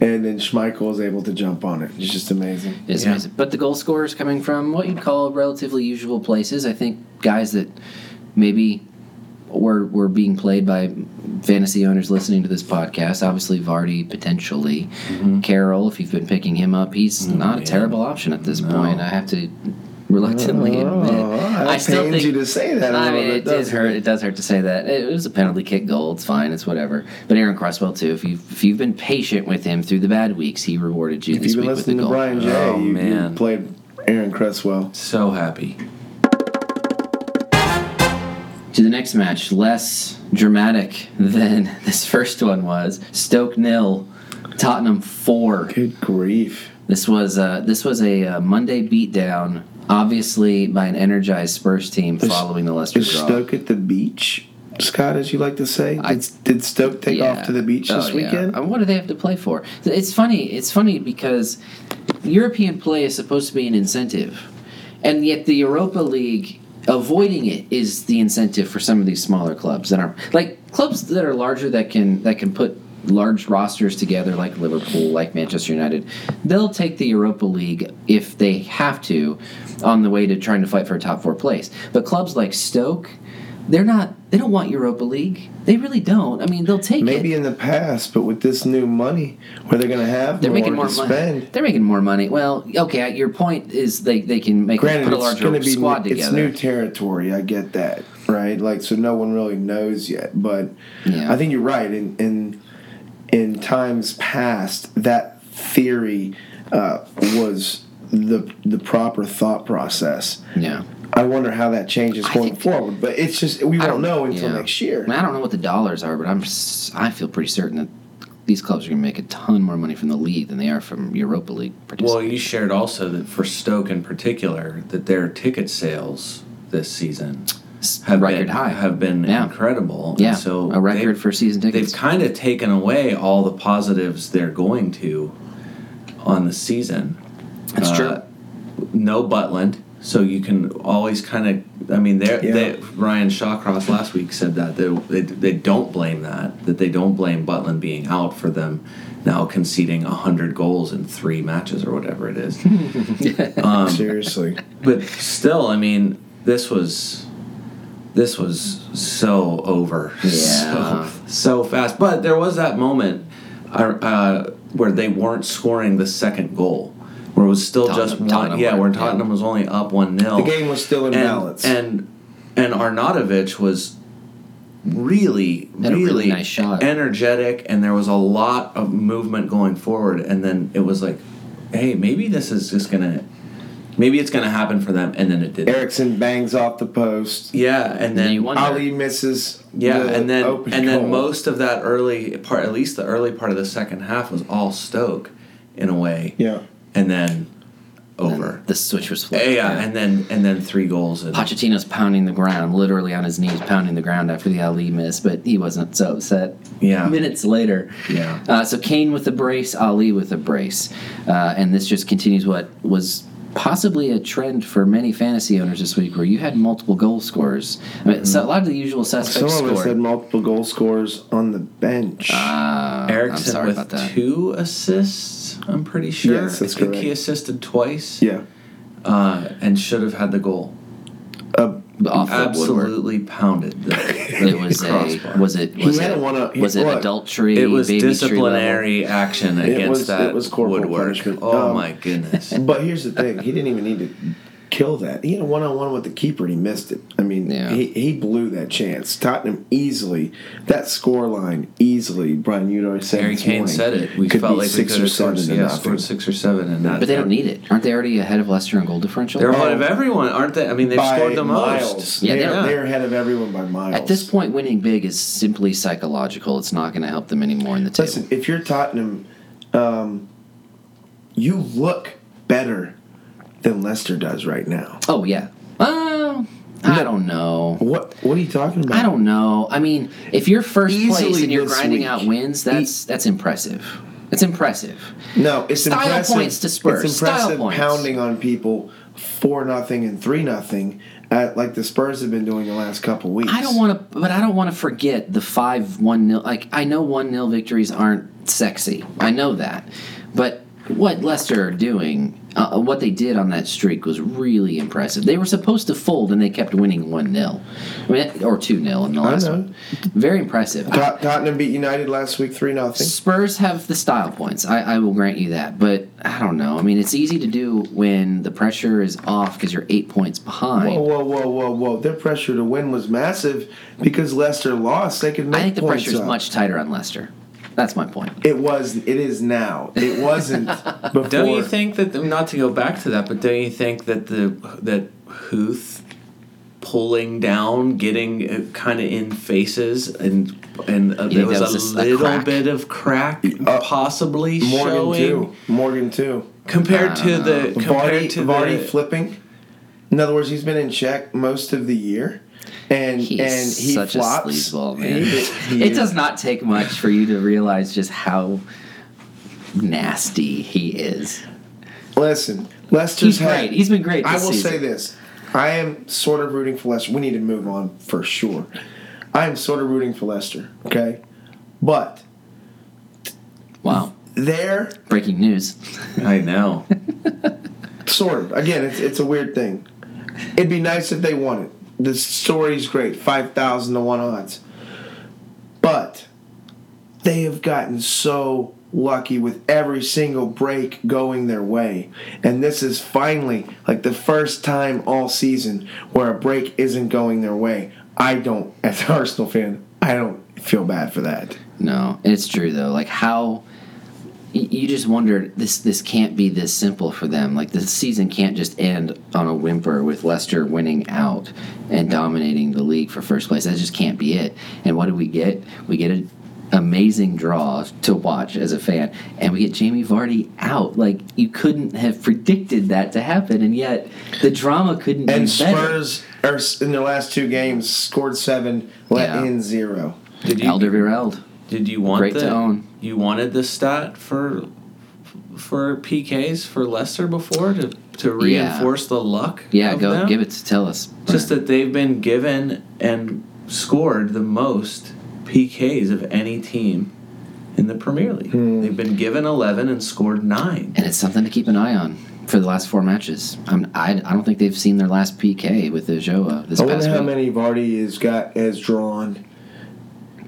Speaker 2: and then Schmeichel was able to jump on it. It's just amazing.
Speaker 4: It's
Speaker 3: Yeah.
Speaker 4: amazing. But the goal scorers coming from what you'd call relatively usual places. I think guys that maybe were were being played by fantasy owners listening to this podcast. Obviously, Vardy potentially,
Speaker 2: Mm-hmm.
Speaker 4: Carroll. If you've been picking him up, he's not a terrible option at this point. I have to reluctantly admit.
Speaker 2: Oh, that pains you to say that a
Speaker 4: I
Speaker 2: little
Speaker 4: mean,
Speaker 2: bit,
Speaker 4: it does
Speaker 2: doesn't
Speaker 4: hurt.
Speaker 2: it?
Speaker 4: It does hurt to say that. It was a penalty kick goal. It's fine. It's whatever. But Aaron Cresswell too. If you if you've been patient with him through the bad weeks, he rewarded you
Speaker 2: If
Speaker 4: this
Speaker 2: you've been
Speaker 4: week with the
Speaker 2: listening to
Speaker 4: goal.
Speaker 2: Brian Jay,
Speaker 3: Oh,
Speaker 2: you, you
Speaker 3: man.
Speaker 2: played Aaron Cresswell.
Speaker 3: So happy.
Speaker 4: to the next match, less dramatic than (laughs) this first one was. Stoke nil, Tottenham four.
Speaker 2: Good grief.
Speaker 4: This was uh, this was a uh, Monday beatdown, obviously by an energized Spurs team following the Leicester
Speaker 2: Is
Speaker 4: draw.
Speaker 2: Stoke at the beach, Scott, as you like to say? Did, did Stoke take
Speaker 4: Yeah.
Speaker 2: off to the beach this
Speaker 4: Oh, yeah.
Speaker 2: weekend?
Speaker 4: And What do they have to play for? It's funny. It's funny because European play is supposed to be an incentive, and yet the Europa League avoiding it is the incentive for some of these smaller clubs that are like clubs that are larger that can that can put large rosters together like Liverpool, like Manchester United. They'll take the Europa League if they have to on the way to trying to fight for a top 4 place. But clubs like Stoke, they're not they don't want Europa League. They really don't. I mean, they'll take it.
Speaker 2: Maybe in the past, but with this new money, where they're going to have
Speaker 4: They're
Speaker 2: more,
Speaker 4: making more
Speaker 2: to
Speaker 4: money.
Speaker 2: spend.
Speaker 4: They're making more money. Well, okay. Your point is they, they can make
Speaker 2: Granted,
Speaker 4: put a
Speaker 2: it's going
Speaker 4: larger
Speaker 2: to be
Speaker 4: squad
Speaker 2: it's
Speaker 4: together.
Speaker 2: new territory. I get that, right? Like, so no one really knows yet. But
Speaker 4: Yeah.
Speaker 2: I think you're right. In in in times past, that theory uh, was the the proper thought process.
Speaker 4: yeah.
Speaker 2: I wonder how that changes
Speaker 4: I
Speaker 2: going
Speaker 4: think-
Speaker 2: forward. But it's just we won't know until
Speaker 4: yeah.
Speaker 2: next
Speaker 4: I,
Speaker 2: year.
Speaker 4: mean, I don't know what the dollars are, but I'm s- I feel pretty certain that these clubs are going to make a ton more money from the league than they are from Europa League.
Speaker 3: Well,
Speaker 4: participants.
Speaker 3: you shared also that for Stoke in particular, that their ticket sales this season have
Speaker 4: record
Speaker 3: been,
Speaker 4: high.
Speaker 3: have been
Speaker 4: Yeah.
Speaker 3: incredible.
Speaker 4: yeah.
Speaker 3: And so
Speaker 4: a record
Speaker 3: they've-
Speaker 4: for season tickets.
Speaker 3: They've kind of taken away all the positives they're going to on the season.
Speaker 4: That's true.
Speaker 3: uh, No Butland, so you can always kind of. I mean, they're,
Speaker 2: Yeah.
Speaker 3: they Ryan Shawcross last week said that they, they they don't blame that that they don't blame Butland being out for them now conceding hundred goals in three matches or whatever it is.
Speaker 4: Um,
Speaker 2: Seriously,
Speaker 4: (laughs)
Speaker 3: but still, I mean, this was this was so over (laughs)
Speaker 4: Yeah.
Speaker 3: so, so fast. But there was that moment uh, uh, where they weren't scoring the second goal, where it was still just
Speaker 4: Tottenham-
Speaker 3: one.
Speaker 4: Tottenham
Speaker 3: yeah,
Speaker 4: were-
Speaker 3: where
Speaker 4: yeah.
Speaker 3: Tottenham was only up one 0
Speaker 2: the game was still in
Speaker 3: and,
Speaker 2: balance.
Speaker 3: And and Arnautovic was really,
Speaker 4: Had a
Speaker 3: really,
Speaker 4: really nice shot.
Speaker 3: energetic, and there was a lot of movement going forward. And then it was like, hey, maybe this is just gonna, maybe it's gonna happen for them. And then it did.
Speaker 2: Erickson bangs off the post.
Speaker 3: Yeah,
Speaker 4: then
Speaker 3: and then e
Speaker 4: you wonder-
Speaker 2: Ali misses.
Speaker 3: yeah,
Speaker 2: the
Speaker 3: and then
Speaker 2: open
Speaker 3: and
Speaker 2: goal.
Speaker 3: then most of that early part, at least the early part of the second half, was all Stoke, in a way.
Speaker 2: Yeah.
Speaker 3: and then over.
Speaker 4: the switch was
Speaker 3: Yeah,
Speaker 4: flipped.
Speaker 3: and then and then three goals. And,
Speaker 4: Pochettino's pounding the ground, literally on his knees, pounding the ground after the Ali miss, but he wasn't so upset.
Speaker 3: Yeah.
Speaker 4: Minutes later.
Speaker 3: Yeah.
Speaker 4: Uh, so Kane with a brace, Ali with a brace. Uh, and this just continues what was possibly a trend for many fantasy owners this week where you had multiple goal scorers. I mean, so a lot of the usual
Speaker 2: Some
Speaker 4: suspects
Speaker 2: of us had
Speaker 4: scored.
Speaker 2: multiple goal scorers on the bench.
Speaker 3: Ah.
Speaker 4: Uh, I'm
Speaker 3: Erickson
Speaker 4: sorry
Speaker 3: with
Speaker 4: about that.
Speaker 3: two assists. I'm pretty sure.
Speaker 2: Yes, that's
Speaker 3: I think
Speaker 2: correct.
Speaker 3: he assisted twice.
Speaker 2: yeah.
Speaker 3: uh, and should have had the goal.
Speaker 4: But off the woodwork.
Speaker 3: Absolutely pounded. (laughs) The,
Speaker 4: It was a
Speaker 3: crossbar.
Speaker 4: was it
Speaker 2: He
Speaker 4: was
Speaker 2: had
Speaker 4: it,
Speaker 2: one up- he-
Speaker 4: was it
Speaker 2: look,
Speaker 4: adultery?
Speaker 3: It was
Speaker 4: baby tree level?
Speaker 3: disciplinary action
Speaker 2: It
Speaker 3: against
Speaker 2: was-
Speaker 3: that
Speaker 2: it was corporal
Speaker 3: woodwork.
Speaker 2: punishment.
Speaker 3: Oh
Speaker 2: Um,
Speaker 3: my goodness!
Speaker 2: But here's the thing: he didn't even need to kill that. He had a one-on-one with the keeper, and he missed it. I mean,
Speaker 4: Yeah.
Speaker 2: he, he blew that chance. Tottenham easily that scoreline easily. Brian, you know, said
Speaker 3: Harry
Speaker 2: this
Speaker 3: Kane
Speaker 2: morning,
Speaker 3: said it. We
Speaker 2: could
Speaker 3: felt
Speaker 2: be
Speaker 3: like
Speaker 2: six
Speaker 3: we
Speaker 2: or
Speaker 3: could have
Speaker 2: seven
Speaker 3: scored,
Speaker 2: to
Speaker 3: yeah,
Speaker 2: nothing.
Speaker 3: scored six or seven, and that,
Speaker 4: But they don't need it. Aren't they already ahead of Leicester in goal differential?
Speaker 3: They're ahead of everyone, aren't they? I mean, they've
Speaker 2: By
Speaker 3: scored the
Speaker 2: miles.
Speaker 3: most.
Speaker 4: Yeah,
Speaker 2: they're,
Speaker 4: they are.
Speaker 2: they're ahead of everyone by miles.
Speaker 4: At this point, winning big is simply psychological. It's not going to help them anymore in the table.
Speaker 2: Listen, if you're Tottenham, um, you look better than Leicester does right now.
Speaker 4: oh yeah. Oh, I don't know.
Speaker 2: What What are you talking about?
Speaker 4: I don't know. I mean, if you're first place
Speaker 2: Easily E
Speaker 4: and you're
Speaker 2: this
Speaker 4: grinding
Speaker 2: week.
Speaker 4: out wins, that's that's impressive. That's impressive.
Speaker 2: No, it's
Speaker 4: Style
Speaker 2: impressive.
Speaker 4: points to Spurs.
Speaker 2: It's
Speaker 4: Style
Speaker 2: impressive
Speaker 4: points.
Speaker 2: pounding on people four nothing and three nothing, at, like the Spurs have been doing the last couple weeks.
Speaker 4: I don't want to, but I don't want to forget the five one nil. Like I know one nil victories aren't sexy. I know that, but what Leicester are doing, uh, what they did on that streak was really impressive. They were supposed to fold and they kept winning 1 0, I mean, or 2 0 in the last
Speaker 2: know.
Speaker 4: one. Very impressive.
Speaker 2: Tot- Tottenham beat United last week three nothing.
Speaker 4: Spurs have the style points. I, I will grant you that. But I don't know. I mean, it's easy to do when the pressure is off because you're eight points behind.
Speaker 2: Whoa, whoa, whoa, whoa, whoa! Their pressure to win was massive because Leicester lost. They could make
Speaker 4: I think the
Speaker 2: points
Speaker 4: pressure is
Speaker 2: up.
Speaker 4: much tighter on Leicester. That's my point.
Speaker 2: It was. It is now. It wasn't
Speaker 4: (laughs)
Speaker 2: before.
Speaker 3: Don't you think that not to go back to that, but don't you think that the that Huth pulling down, getting uh, kind of in faces, and and uh,
Speaker 4: You
Speaker 3: there
Speaker 4: think
Speaker 3: was,
Speaker 4: that
Speaker 3: a
Speaker 4: was a s- a
Speaker 3: little
Speaker 4: crack?
Speaker 3: bit of crack, possibly
Speaker 2: Uh, Morgan
Speaker 3: showing
Speaker 2: too. Morgan too.
Speaker 3: compared
Speaker 4: I
Speaker 3: to
Speaker 4: don't
Speaker 3: the compared
Speaker 2: Vardy,
Speaker 3: to
Speaker 2: Vardy
Speaker 3: the,
Speaker 2: flipping. In other words, he's been in check most of the year, and
Speaker 4: He's
Speaker 2: and he
Speaker 4: such a
Speaker 2: flops.
Speaker 4: sleazeball,
Speaker 2: (laughs)
Speaker 4: man.
Speaker 2: He-
Speaker 4: (laughs)
Speaker 2: he
Speaker 4: it
Speaker 2: is.
Speaker 4: does not take much for you to realize just how nasty he is.
Speaker 2: Listen, Leicester's
Speaker 4: He's
Speaker 2: had,
Speaker 4: great. He's been great. This
Speaker 2: I will
Speaker 4: season.
Speaker 2: say this: I am sort of rooting for Leicester. We need to move on for sure. I am sort of rooting for Leicester. Okay, but
Speaker 4: Wow.
Speaker 2: they're
Speaker 4: Breaking news.
Speaker 3: I
Speaker 4: (laughs)
Speaker 3: know.
Speaker 2: sort of again. It's it's a weird thing. It'd be nice if they won it. The story's great. Five thousand to one odds, but they have gotten so lucky with every single break going their way. And this is finally like the first time all season where a break isn't going their way. I don't, as an Arsenal fan, I don't feel bad for that.
Speaker 4: No, it's true though. Like how y- you just wonder this this can't be this simple for them. Like the season can't just end on a whimper with Leicester winning out and dominating the league for first place. That just can't be it. And what do we get? We get an amazing draw to watch as a fan, and we get Jamie Vardy out. Like you couldn't have predicted that to happen, and yet the drama couldn't
Speaker 2: And
Speaker 4: be better.
Speaker 2: Spurs, are, s- in their last two games, scored seven, let
Speaker 4: Yeah.
Speaker 2: in zero.
Speaker 3: Did you
Speaker 4: Alderweireld.
Speaker 3: did you want
Speaker 4: Great
Speaker 3: the
Speaker 4: to own.
Speaker 3: you wanted the stat for for PKs for Leicester before to to
Speaker 4: Yeah.
Speaker 3: reinforce the luck?
Speaker 4: Yeah,
Speaker 3: of
Speaker 4: go
Speaker 3: them?
Speaker 4: give it to tell us.
Speaker 3: Just that they've been given and scored the most PKs of any team in the Premier League. They've been given 11 and scored 9.
Speaker 4: and it's something to keep an eye on for the last four matches. I'm, I, I don't think they've seen their last PK with Ojoa this
Speaker 2: I
Speaker 4: past
Speaker 2: wonder how
Speaker 4: week.
Speaker 2: many Vardy has got has drawn.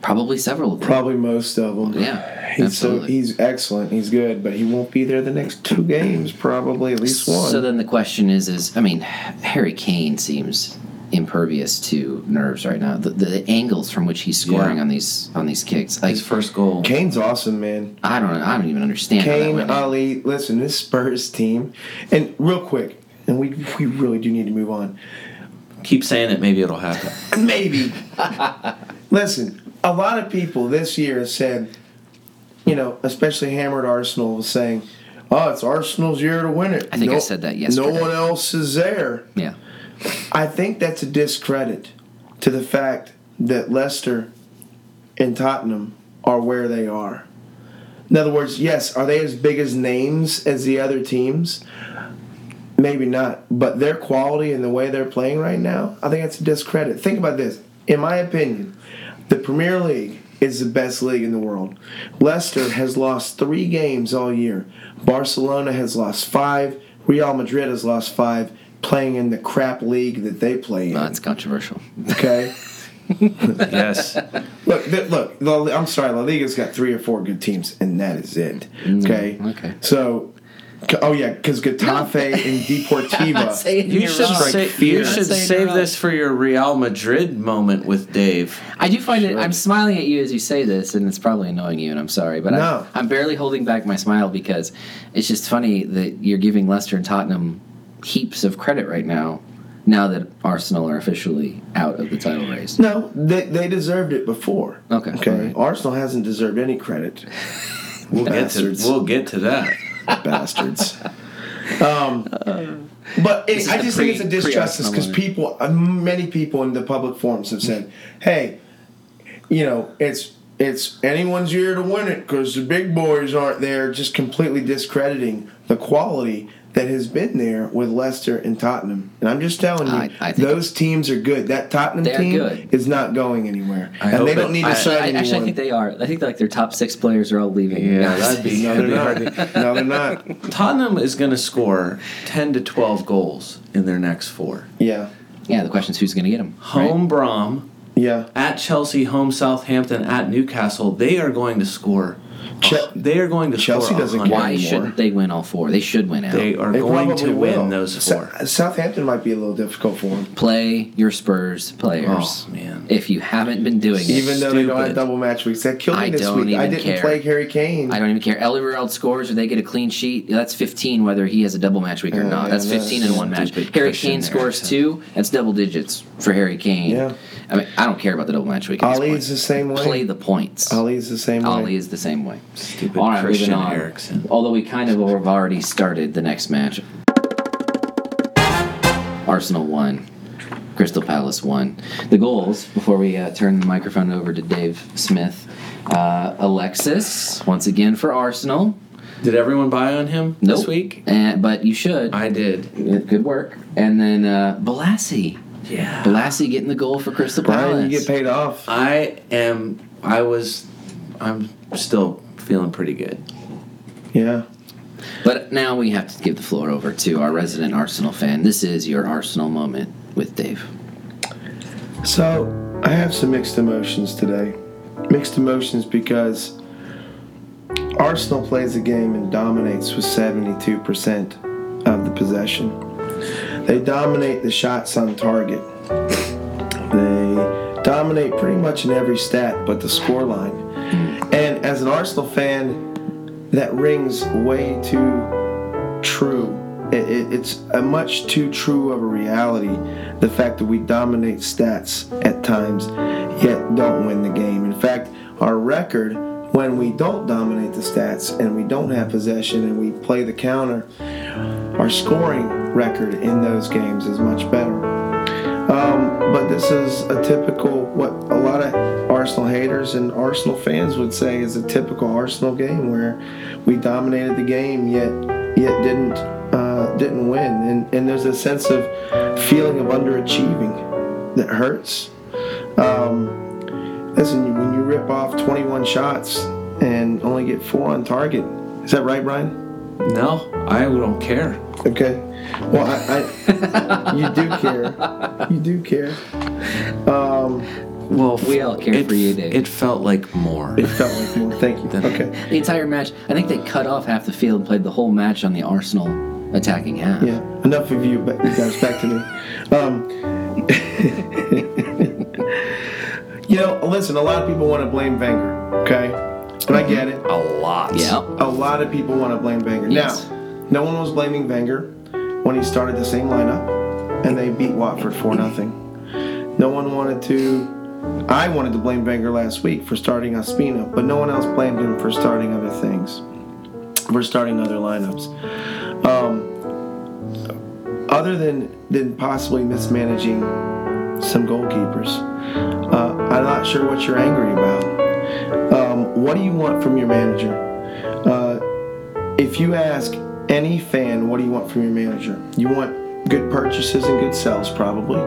Speaker 4: Probably several of them.
Speaker 2: Probably most of them.
Speaker 4: Yeah,
Speaker 2: he's so
Speaker 4: absolutely.
Speaker 2: he's excellent. He's good, but he won't be there the next two games. Probably at least one.
Speaker 4: So then the question is: is I mean, Harry Kane seems impervious to nerves right now. The, the, angles from which he's scoring
Speaker 3: Yeah.
Speaker 4: on these on these kicks, like
Speaker 3: His first goal.
Speaker 2: Kane's awesome, man.
Speaker 4: I don't I don't even understand. how that
Speaker 2: Kane,
Speaker 4: went in.
Speaker 3: uh,
Speaker 2: Ali, listen, this Spurs team, and real quick, and we we really do need to move on.
Speaker 3: Keep saying it, maybe it'll
Speaker 4: (laughs)
Speaker 3: happen.
Speaker 2: Maybe. listen, a lot of people this year said, you know, especially hammered Arsenal was saying, "Oh, it's Arsenal's year to win it."
Speaker 4: I think I said that
Speaker 2: No
Speaker 4: yesterday.
Speaker 2: one else is there.
Speaker 4: yeah,
Speaker 2: I think that's a discredit to the fact that Leicester and Tottenham are where they are. In other words, yes, are they as big as names as the other teams? Maybe not, but their quality and the way they're playing right now, I think that's a discredit. Think about this. In my opinion, the Premier League is the best league in the world. Leicester has lost three games all year. Barcelona has lost five. Real Madrid has lost five, playing in the crap league that they play
Speaker 4: well,
Speaker 2: in.
Speaker 4: that's controversial.
Speaker 2: Okay.
Speaker 3: yes.
Speaker 2: Look, th- look. The, I'm sorry. La Liga's got three or four good teams, and that is it. Okay.
Speaker 4: Mm, okay.
Speaker 2: So, c- oh yeah, because Getafe and
Speaker 4: (laughs)
Speaker 2: Deportiva.
Speaker 3: You should, say, you
Speaker 4: Say it
Speaker 3: should
Speaker 4: in
Speaker 3: save
Speaker 4: your
Speaker 3: this for your Real Madrid moment with Dave.
Speaker 4: I do find it. I'm smiling at you as you say this, and it's probably annoying you, and I'm sorry, but
Speaker 2: No.
Speaker 4: I, I'm barely holding back my smile because it's just funny that you're giving Leicester and Tottenham heaps of credit right now, now that Arsenal are officially out of the title race.
Speaker 2: No, they, they deserved it before.
Speaker 4: Okay,
Speaker 2: Okay.
Speaker 4: alright.
Speaker 2: Arsenal hasn't deserved any credit,
Speaker 3: We'll get to
Speaker 2: Bastards.
Speaker 3: we'll get to that.
Speaker 4: (laughs)
Speaker 2: bastards. Um, but it,
Speaker 4: is
Speaker 2: I
Speaker 4: the
Speaker 2: just think it's a
Speaker 4: pre-
Speaker 2: disjustice
Speaker 4: pre-Arsenal
Speaker 2: because
Speaker 4: moment.
Speaker 2: people, uh, many people in the public forums have said, "Hey, you know, it's it's anyone's year to win it because the big boys aren't there." Just completely discrediting the quality that has been there with Leicester and Tottenham. And I'm just telling you,
Speaker 4: I- I think-
Speaker 2: those teams are good. That Tottenham
Speaker 4: They're
Speaker 2: team
Speaker 4: good.
Speaker 2: is not going anywhere,
Speaker 3: I
Speaker 2: and
Speaker 3: hope
Speaker 2: they don't
Speaker 3: it-
Speaker 2: need to sign
Speaker 4: Actually, I,
Speaker 2: anyone.
Speaker 4: actually, I think they are. I think like their top six players are all leaving.
Speaker 3: Yeah, that'd be,
Speaker 2: no,
Speaker 3: that'd be
Speaker 2: they're not.
Speaker 4: (laughs)
Speaker 3: hard.
Speaker 2: no, they're not.
Speaker 3: Tottenham is going to score 10 to 12 goals in their next four.
Speaker 2: Yeah,
Speaker 4: yeah. The question is who's going to get them.
Speaker 3: Home Brom,
Speaker 2: yeah.
Speaker 3: at Chelsea, home Southampton, at Newcastle, they are going to score.
Speaker 2: Che-
Speaker 3: they are going to
Speaker 2: Chelsea
Speaker 3: score.
Speaker 2: doesn't
Speaker 3: 100.
Speaker 2: care
Speaker 4: Why shouldn't they win all four? They should win out.
Speaker 3: They are
Speaker 2: They
Speaker 3: going
Speaker 2: probably
Speaker 3: to win
Speaker 2: will.
Speaker 3: those
Speaker 2: Sa-
Speaker 3: four.
Speaker 2: Southampton might be a little difficult for them,
Speaker 4: Play your Spurs players.
Speaker 3: Oh, man.
Speaker 4: If you haven't been doing it,
Speaker 2: even though they don't have
Speaker 3: Stupid.
Speaker 2: double match weeks. That killed me
Speaker 4: I
Speaker 2: this
Speaker 4: don't
Speaker 2: week. I
Speaker 4: even
Speaker 2: didn't
Speaker 4: care.
Speaker 2: play Harry Kane.
Speaker 4: I don't even care. Elderweireld scores or they get a clean sheet. That's 15 whether he has a double match week or
Speaker 2: Yeah,
Speaker 4: not.
Speaker 2: Uh, yeah,
Speaker 4: that's
Speaker 2: that's
Speaker 4: 15 in one match.
Speaker 3: stupid
Speaker 4: Harry
Speaker 3: Christian
Speaker 4: Kane scores
Speaker 3: Eriksen.
Speaker 4: two. That's double digits for Harry Kane.
Speaker 2: Yeah.
Speaker 4: I mean, I don't care about the double match week. At
Speaker 2: Ollie's
Speaker 4: this
Speaker 2: the same
Speaker 4: point.
Speaker 2: way.
Speaker 4: Play the points.
Speaker 2: Ollie's the same
Speaker 4: Ollie
Speaker 2: way.
Speaker 4: is the same way.
Speaker 3: Stupid
Speaker 4: All right,
Speaker 3: Christian
Speaker 4: moving on.
Speaker 3: Eriksen.
Speaker 4: Although we kind of have already started the next match. Arsenal won. Crystal Palace won. The goals, before we uh, turn the microphone over to Dave Smith, uh, Alexis, once again for Arsenal.
Speaker 3: Did everyone buy on him this
Speaker 4: Nope.
Speaker 3: week?
Speaker 4: And, but you should.
Speaker 3: I did.
Speaker 4: Yeah, Good work. And then uh, Balassi.
Speaker 3: Yeah.
Speaker 4: Balassi getting the goal for Crystal Palace.
Speaker 2: Brian, you get paid off.
Speaker 3: I am. I was. I'm still feeling pretty good.
Speaker 2: Yeah.
Speaker 4: But now we have to give the floor over to our resident Arsenal fan. This is your Arsenal moment with Dave.
Speaker 2: So I have some mixed emotions today. Mixed emotions because Arsenal plays the game and dominates with 72% of the possession. They dominate the shots on target. They dominate pretty much in every stat but the scoreline. And as an Arsenal fan, that rings way too true. It, it, it's a much too true of a reality. The fact that we dominate stats at times, yet don't win the game. In fact, our record when we don't dominate the stats and we don't have possession and we play the counter, our scoring record in those games is much better. Um, but this is a typical, what a lot of Arsenal haters and Arsenal fans would say is a typical Arsenal game where we dominated the game yet yet didn't uh, didn't win, and and there's a sense of feeling of underachieving that hurts. Um, listen, when you rip off 21 shots and only get four on target, is that right, Brian?
Speaker 3: No, I don't care.
Speaker 2: Okay. Well, I, I you do care. You do care. Um,
Speaker 3: Well,
Speaker 4: We all care
Speaker 3: it,
Speaker 4: for you, Dave.
Speaker 3: It felt like more.
Speaker 2: it felt like more. Thank you. Okay.
Speaker 4: The entire match, I think they cut off half the field and played the whole match on the Arsenal attacking half.
Speaker 2: Yeah. Enough of you, but you guys back to me. Um, (laughs) you know, listen. A lot of people want to blame Wenger. Okay. But I get it.
Speaker 3: A lot.
Speaker 4: Yeah.
Speaker 2: A lot of people want to blame Wenger.
Speaker 4: Yes.
Speaker 2: Now, no one was blaming Wenger when he started the same lineup and they beat Watford 4 nothing. No one wanted to. I wanted to blame Wenger last week for starting Ospina, but no one else blamed him for starting other things, for starting other lineups. Um, other than, than possibly mismanaging some goalkeepers, uh, I'm not sure what you're angry about. Um, what do you want from your manager? if you ask any fan what do you want from your manager you want good purchases and good sales probably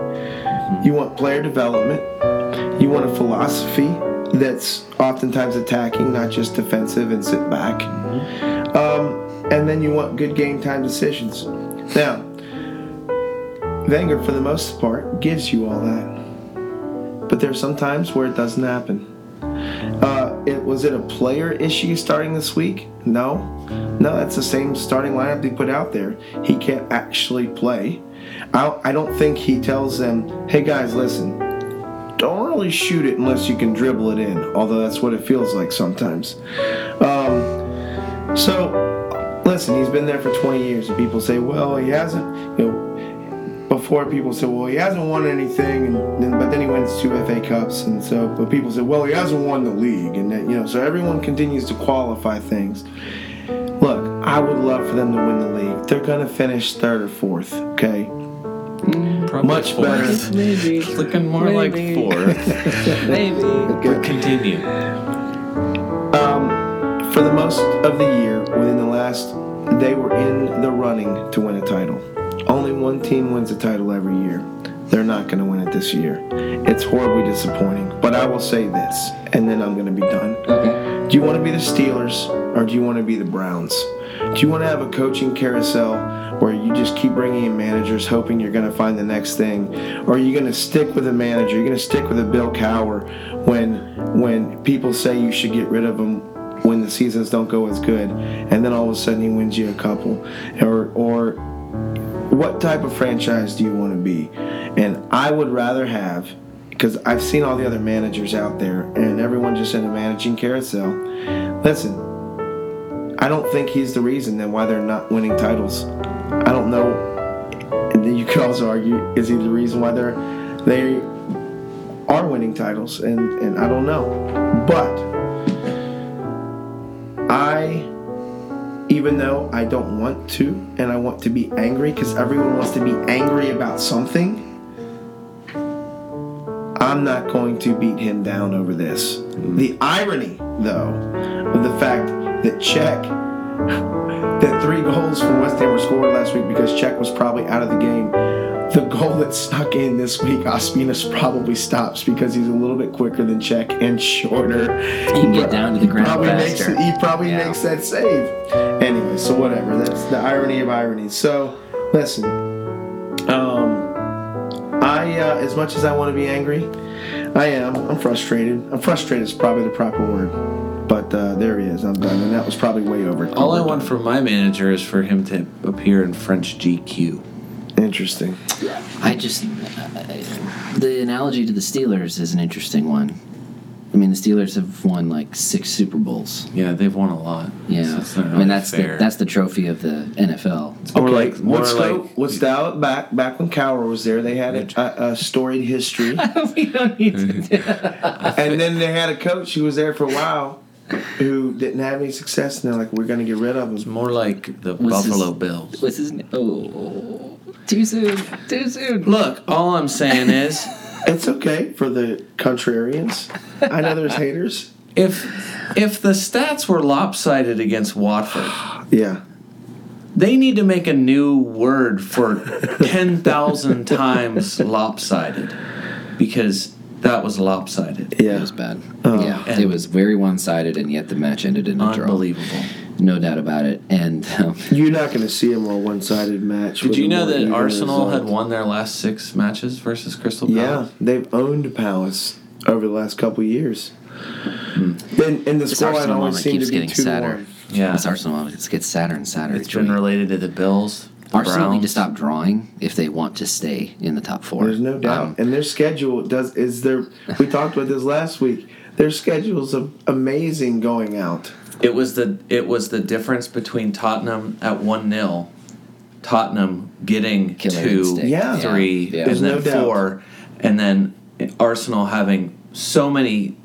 Speaker 2: you want player development you want a philosophy that's oftentimes attacking not just defensive and sit back um, and then you want good game time decisions now Wenger for the most part gives you all that but there's some times where it doesn't happen uh, it was it a player issue starting this week? No, no, that's the same starting lineup they put out there. He can't actually play. I, I don't think he tells them, hey guys, listen, don't really shoot it unless you can dribble it in. Although that's what it feels like sometimes. Um, so, listen, he's been there for 20 years, and people say, well, he hasn't. You know, before people said, well, he hasn't won anything, and then, but then he wins two FA Cups, and so but people said, well, he hasn't won the league, and that, you know, so everyone continues to qualify things. Look, I would love for them to win the league. They're gonna finish third or fourth, okay?
Speaker 3: Mm, Probably
Speaker 2: Much
Speaker 3: fourth.
Speaker 2: better.
Speaker 4: Maybe.
Speaker 3: It's looking more
Speaker 4: Maybe.
Speaker 3: like four.
Speaker 4: Maybe.
Speaker 3: but (laughs) continue.
Speaker 2: Um, for the most of the year, within the last they were in the running to win a title. Only one team wins a title every year. They're not going to win it this year. It's horribly disappointing. But I will say this, and then I'm going to be done.
Speaker 4: Okay.
Speaker 2: Do you want to be the Steelers or do you want to be the Browns? Do you want to have a coaching carousel where you just keep bringing in managers hoping you're going to find the next thing? Or are you going to stick with a manager? You're going to stick with a Bill Cower when when people say you should get rid of him when the seasons don't go as good and then all of a sudden he wins you a couple or or what type of franchise do you want to be? And I would rather have, because I've seen all the other managers out there and everyone just in a managing carousel. Listen, I don't think he's the reason then why they're not winning titles. I don't know. And then you could also argue, is he the reason why they're they are winning titles? And and I don't know. But I even though I don't want to and I want to be angry because everyone wants to be angry about something. I'm not going to beat him down over this. The irony, though, of the fact that Czech, that three goals from West Ham were scored last week because Czech was probably out of the game. The goal that snuck in this week, Ospinas probably stops because he's a little bit quicker than Czech and shorter.
Speaker 4: He can get down to the ground
Speaker 2: probably
Speaker 4: faster.
Speaker 2: Makes, he probably
Speaker 4: Yeah.
Speaker 2: makes that save. Anyway, so whatever. That's the irony of irony. So, listen. Um, I, uh, as much as I want to be angry, I am. I'm frustrated. I'm frustrated is probably the proper word. But uh, there he is. I'm done. And that was probably way over.
Speaker 3: All I want from my manager is for him to appear in French GQ.
Speaker 2: Interesting.
Speaker 4: I just I, the analogy to the Steelers is an interesting one. I mean, the Steelers have won like six Super Bowls.
Speaker 3: Yeah, they've won a lot. So
Speaker 4: Yeah,
Speaker 3: it's not
Speaker 4: I mean
Speaker 3: really
Speaker 4: that's
Speaker 3: fair.
Speaker 4: the that's the trophy of the NFL.
Speaker 3: more
Speaker 2: okay,
Speaker 3: like more
Speaker 2: let's
Speaker 3: like
Speaker 2: go. Let's dial it back. Back when Cowher was there, they had a, a, a storied history.
Speaker 4: (laughs) we don't need
Speaker 3: (laughs)
Speaker 4: to.
Speaker 2: And then they had a coach who was there for a while who didn't have any success, and they're like, we're going to get rid of him.
Speaker 3: more like the
Speaker 4: What's
Speaker 3: Buffalo
Speaker 4: his-
Speaker 3: Bills.
Speaker 4: What's his name? Oh, too soon. Too soon.
Speaker 3: Look, all I'm saying is
Speaker 2: It's okay for the contrarians. I know there's haters.
Speaker 3: if if the stats were lopsided against Watford,
Speaker 2: Yeah.
Speaker 3: they need to make a new word for (laughs) 10,000 times lopsided because that was lopsided.
Speaker 4: It
Speaker 2: Yeah.
Speaker 4: was bad.
Speaker 2: Oh.
Speaker 4: yeah,
Speaker 3: And-
Speaker 4: it was very one-sided, and yet the match ended in a draw.
Speaker 3: Unbelievable.
Speaker 4: No doubt about it. And (laughs) um,
Speaker 2: You're not going to see a more one sided match.
Speaker 3: Did
Speaker 2: with
Speaker 3: you
Speaker 2: a
Speaker 3: know
Speaker 2: more
Speaker 3: that
Speaker 2: even
Speaker 3: Arsenal had
Speaker 2: result.
Speaker 3: won their last six matches versus Crystal
Speaker 2: Yeah,
Speaker 3: Palace?
Speaker 2: they've owned Palace over the last couple of years.
Speaker 3: Hmm.
Speaker 2: And, and the squad
Speaker 4: Arsenal
Speaker 2: always
Speaker 4: moment
Speaker 2: seemed
Speaker 4: keeps
Speaker 2: to be
Speaker 4: getting
Speaker 2: two
Speaker 4: sadder.
Speaker 2: one.
Speaker 3: Yeah.
Speaker 4: it's Arsenal. It gets sadder and sadder.
Speaker 3: It's
Speaker 4: each
Speaker 3: been
Speaker 4: week.
Speaker 3: related to the Bills. The
Speaker 4: Arsenal need to
Speaker 3: Browns.
Speaker 4: stop drawing if they want to stay in the top four.
Speaker 2: There's no doubt.
Speaker 4: Um,
Speaker 2: and their schedule does is their. We talked about this last week. Their schedule's a- amazing going out.
Speaker 3: It was the it was the difference between Tottenham at one 0 Tottenham getting
Speaker 4: Killer
Speaker 3: two,
Speaker 4: instinct.
Speaker 2: Yeah.
Speaker 3: three,
Speaker 4: Yeah.
Speaker 3: and
Speaker 4: There's
Speaker 2: no
Speaker 3: then
Speaker 2: doubt.
Speaker 3: four, and then Arsenal having so many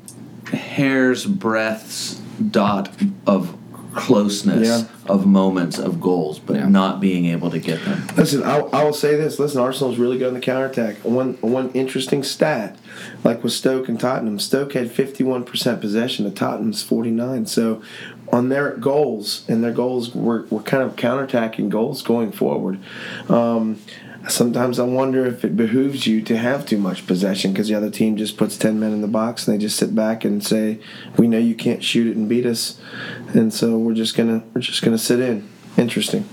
Speaker 3: hairs breadths dot of closeness
Speaker 2: Yeah.
Speaker 3: of moments of goals, but
Speaker 4: Yeah.
Speaker 3: not being able to get them.
Speaker 2: Listen, I, I will say this. Listen, Arsenal's really good on the counterattack. One one interesting stat, like with Stoke and Tottenham, Stoke had 51% possession to Tottenham's 49. So on their goals, and their goals were, were kind of counterattacking goals going forward. Um, sometimes I wonder if it behooves you to have too much possession because the other team just puts 10 men in the box and they just sit back and say, we know you can't shoot it and beat us. And so we're just going to we're just going to sit in. Interesting.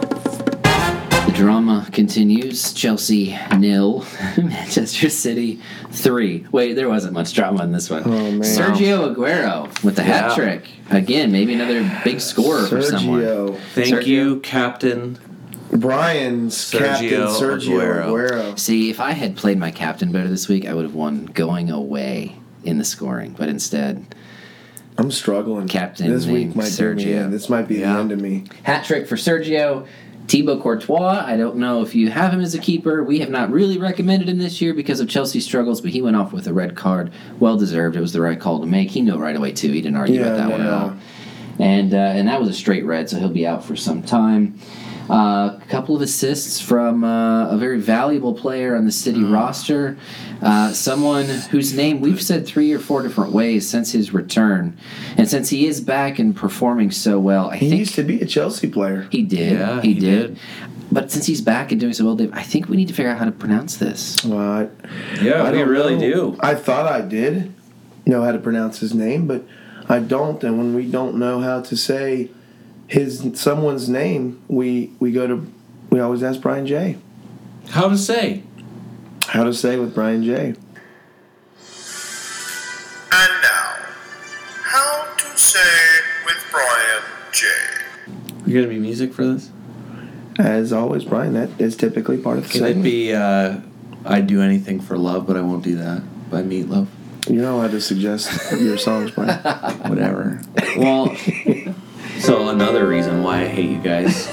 Speaker 4: The drama continues. Chelsea nil, (laughs) Manchester City three. Wait, there wasn't much drama in this one.
Speaker 2: Oh, man.
Speaker 4: Sergio Aguero with the hat
Speaker 3: Yeah.
Speaker 4: trick again. Maybe another big scorer for someone.
Speaker 2: Sergio.
Speaker 3: Thank
Speaker 4: Sergio.
Speaker 3: you, Captain.
Speaker 2: Brian's captain
Speaker 3: Sergio
Speaker 2: Sergio
Speaker 3: Aguero.
Speaker 2: Aguero.
Speaker 4: See, if I had played my captain better this week, I would have won going away in the scoring. But instead,
Speaker 2: I'm struggling.
Speaker 4: Captain
Speaker 2: this week might be me
Speaker 4: Sergio.
Speaker 2: in. This might be the
Speaker 3: Yeah.
Speaker 2: end of me.
Speaker 4: hat trick for Sergio. Thibaut Courtois, I don't know if you have him as a keeper. We have not really recommended him this year because of Chelsea's struggles, but he went off with a red card. Well deserved. It was the right call to make. He knew right away, too. He didn't argue
Speaker 2: Yeah,
Speaker 4: about that
Speaker 2: no,
Speaker 4: one at
Speaker 2: no.
Speaker 4: all. And, uh, and that was a straight red, so he'll be out for some time. Uh, a couple couple of assists from uh, a very valuable player on the city
Speaker 2: Mm.
Speaker 4: roster, uh, someone whose name we've said three or four different ways since his return, and since he is back and performing so well, I
Speaker 2: He
Speaker 4: think
Speaker 2: used to be a Chelsea player.
Speaker 4: he did.
Speaker 3: Yeah,
Speaker 4: he,
Speaker 3: he
Speaker 4: did.
Speaker 3: did.
Speaker 4: But since he's back and doing so well, Dave, I think we need to figure out how to pronounce this.
Speaker 2: Well,
Speaker 3: Yeah,
Speaker 2: I
Speaker 3: we
Speaker 2: don't
Speaker 3: really
Speaker 2: know.
Speaker 3: do.
Speaker 2: I thought I did know how to pronounce his name, but I don't. And when we don't know how to say his someone's name, we we go to we always ask Brian J.
Speaker 3: How to say?
Speaker 2: How to say with Brian J.
Speaker 5: And now, how to say with Brian J.
Speaker 3: You're gonna be music for this?
Speaker 2: As always, Brian, that is typically part of the
Speaker 3: Can it
Speaker 2: segment.
Speaker 3: be? Uh, I'd do anything for love, but I won't do that by Meatloaf.
Speaker 2: You're not allowed to suggest your songs, Brian.
Speaker 3: (laughs) Whatever. Well, so another reason why I hate you guys.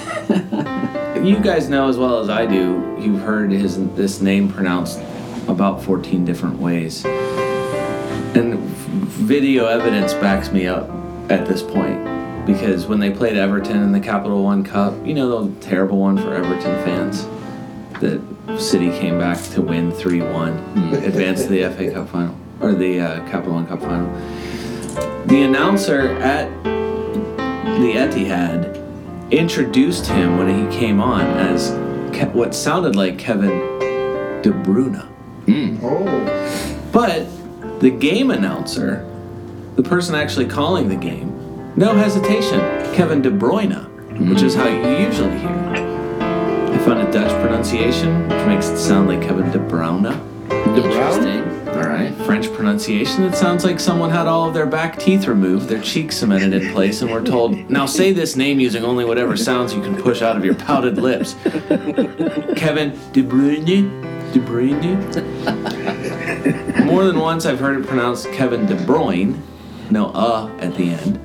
Speaker 3: you guys know as well as I do. You've heard his this name pronounced about 14 different ways, and v- video evidence backs me up at this point because when they played Everton in the Capital One Cup, you know the terrible one for Everton fans. that City came back to win 3 1, advance to the FA Cup final, or the uh, Capital One Cup final. The announcer at the Etihad introduced him when he came on as Ke- what sounded like Kevin De Bruyne.
Speaker 4: Hmm.
Speaker 2: Oh,
Speaker 3: But the game announcer, the person actually calling the game, no hesitation, Kevin De Bruyne, which is how you usually hear it. I found a Dutch pronunciation, which makes it sound like Kevin De Bruyne.
Speaker 4: Interesting. All right.
Speaker 3: French pronunciation that sounds like someone had all of their back teeth removed, their cheeks cemented in place, and were told, now say this name using only whatever sounds you can push out of your pouted lips. Kevin De Bruyne? De Bruyne? More than once I've heard it pronounced Kevin De Bruyne, no uh at the end.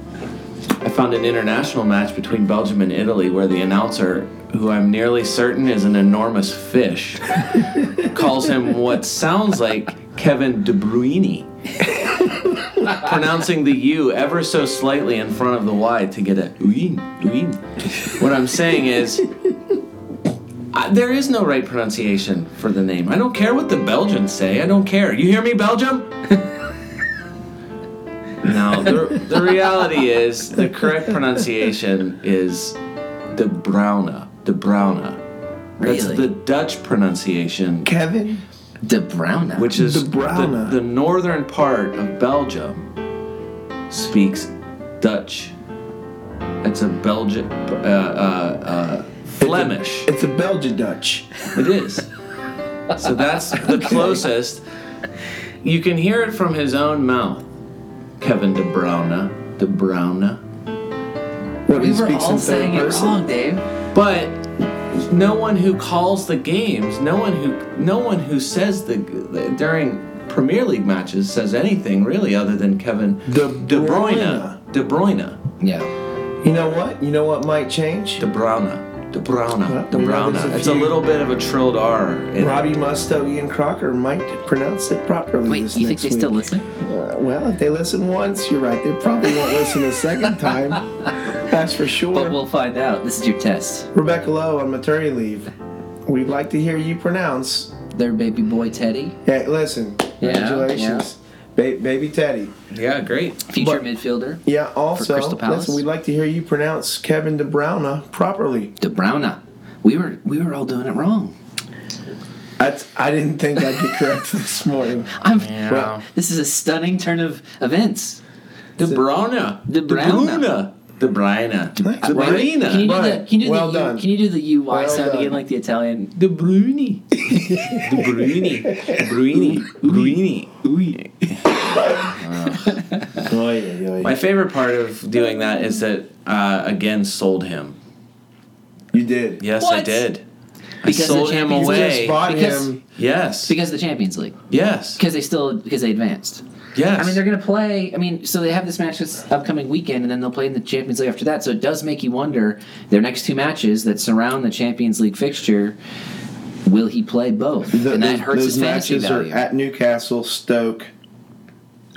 Speaker 3: I found an international match between Belgium and Italy where the announcer, who I'm nearly certain is an enormous fish, calls him what sounds like Kevin De Bruyne, pronouncing the U ever so slightly in front of the Y to get a uin, uin. What I'm saying is, I, there is no right pronunciation for the name. I don't care what the Belgians say. I don't care. You hear me, Belgium? (laughs) no, the, the reality is the correct pronunciation is De Bruyne. De Bruyne. That's
Speaker 4: Really?
Speaker 3: the Dutch pronunciation
Speaker 2: Kevin.
Speaker 4: De Bruyne.
Speaker 3: which is
Speaker 2: De
Speaker 3: the,
Speaker 2: Bruyne.
Speaker 3: the northern part of Belgium, speaks Dutch. It's a Belgian, uh, uh, uh, Flemish.
Speaker 2: It's a Belgian Dutch.
Speaker 3: It is. So that's the closest. You can hear it from his own mouth. Kevin De Bruyne, De Bruyne.
Speaker 2: What
Speaker 4: we were all saying it wrong, Dave.
Speaker 3: But no one who calls the games, no one who, no one who says the during Premier League matches says anything really other than Kevin
Speaker 2: De
Speaker 3: De Bruyne. De Bruyne.
Speaker 4: Yeah.
Speaker 2: You know what? You know what might change?
Speaker 3: De Bruyne. De Bruyne. De
Speaker 2: Well, you know,
Speaker 3: Bruyne.
Speaker 2: there's a
Speaker 3: it's a
Speaker 2: few-
Speaker 3: little bit of a trilled R. in-
Speaker 2: Robbie Musto, Ian Crocker might pronounce it properly.
Speaker 4: Wait,
Speaker 2: this
Speaker 4: you think
Speaker 2: next
Speaker 4: they still
Speaker 2: week.
Speaker 4: listen?
Speaker 2: Uh, well, if they listen once, you're right. They probably won't listen a second
Speaker 4: (laughs)
Speaker 2: time. That's for sure.
Speaker 4: But we'll find out. This is your test.
Speaker 2: Rebecca Lowe on maternity leave. We'd like to hear you pronounce.
Speaker 4: Their baby boy Teddy,
Speaker 2: Hey, listen.
Speaker 4: Yeah,
Speaker 2: Congratulations. Ba- baby Teddy.
Speaker 3: Yeah, great.
Speaker 4: future
Speaker 2: But-
Speaker 4: midfielder.
Speaker 2: Yeah, also,
Speaker 4: Crystal Palace?
Speaker 2: listen, we'd like to hear you pronounce Kevin De Bruyne properly.
Speaker 4: De Bruyne. We were we were all doing it wrong.
Speaker 2: That's, I didn't think I'd be correct (laughs) this morning.
Speaker 4: I'm,
Speaker 3: Yeah.
Speaker 4: This is a stunning turn of events.
Speaker 3: De Bruyne.
Speaker 4: De Bruyne.
Speaker 3: De Bruyne. De
Speaker 2: Wait,
Speaker 4: Can you
Speaker 3: Bruyne.
Speaker 4: do
Speaker 2: Right.
Speaker 4: the can you do
Speaker 2: Well
Speaker 4: the U,
Speaker 2: done.
Speaker 4: can you do the U Y
Speaker 2: Well
Speaker 4: sound
Speaker 2: done.
Speaker 4: again like the Italian?
Speaker 3: De Bruyne. De Bruyne. Bruyne. Bruyne. Bruyne.
Speaker 2: Oh, yeah, yeah,
Speaker 3: My favorite part of doing that is that uh, again sold him.
Speaker 2: You did.
Speaker 3: Yes, I
Speaker 4: What?
Speaker 3: did.
Speaker 4: Because
Speaker 3: I sold
Speaker 4: the
Speaker 3: him
Speaker 4: Champions
Speaker 2: You just
Speaker 3: away.
Speaker 2: bought
Speaker 4: Because-
Speaker 2: him.
Speaker 3: Yes.
Speaker 4: Because of the Champions League.
Speaker 3: yes.
Speaker 4: Because they still because they advanced.
Speaker 3: Yes.
Speaker 4: I mean, they're going to play. I mean, so they have this match this upcoming weekend, and then they'll play in the Champions League after that. So it does make you wonder their next two matches that surround the Champions League fixture. Will he play both?
Speaker 2: Th-
Speaker 4: and that
Speaker 2: those-
Speaker 4: hurts
Speaker 2: those
Speaker 4: his fantasy
Speaker 2: matches
Speaker 4: value.
Speaker 2: are at Newcastle, Stoke,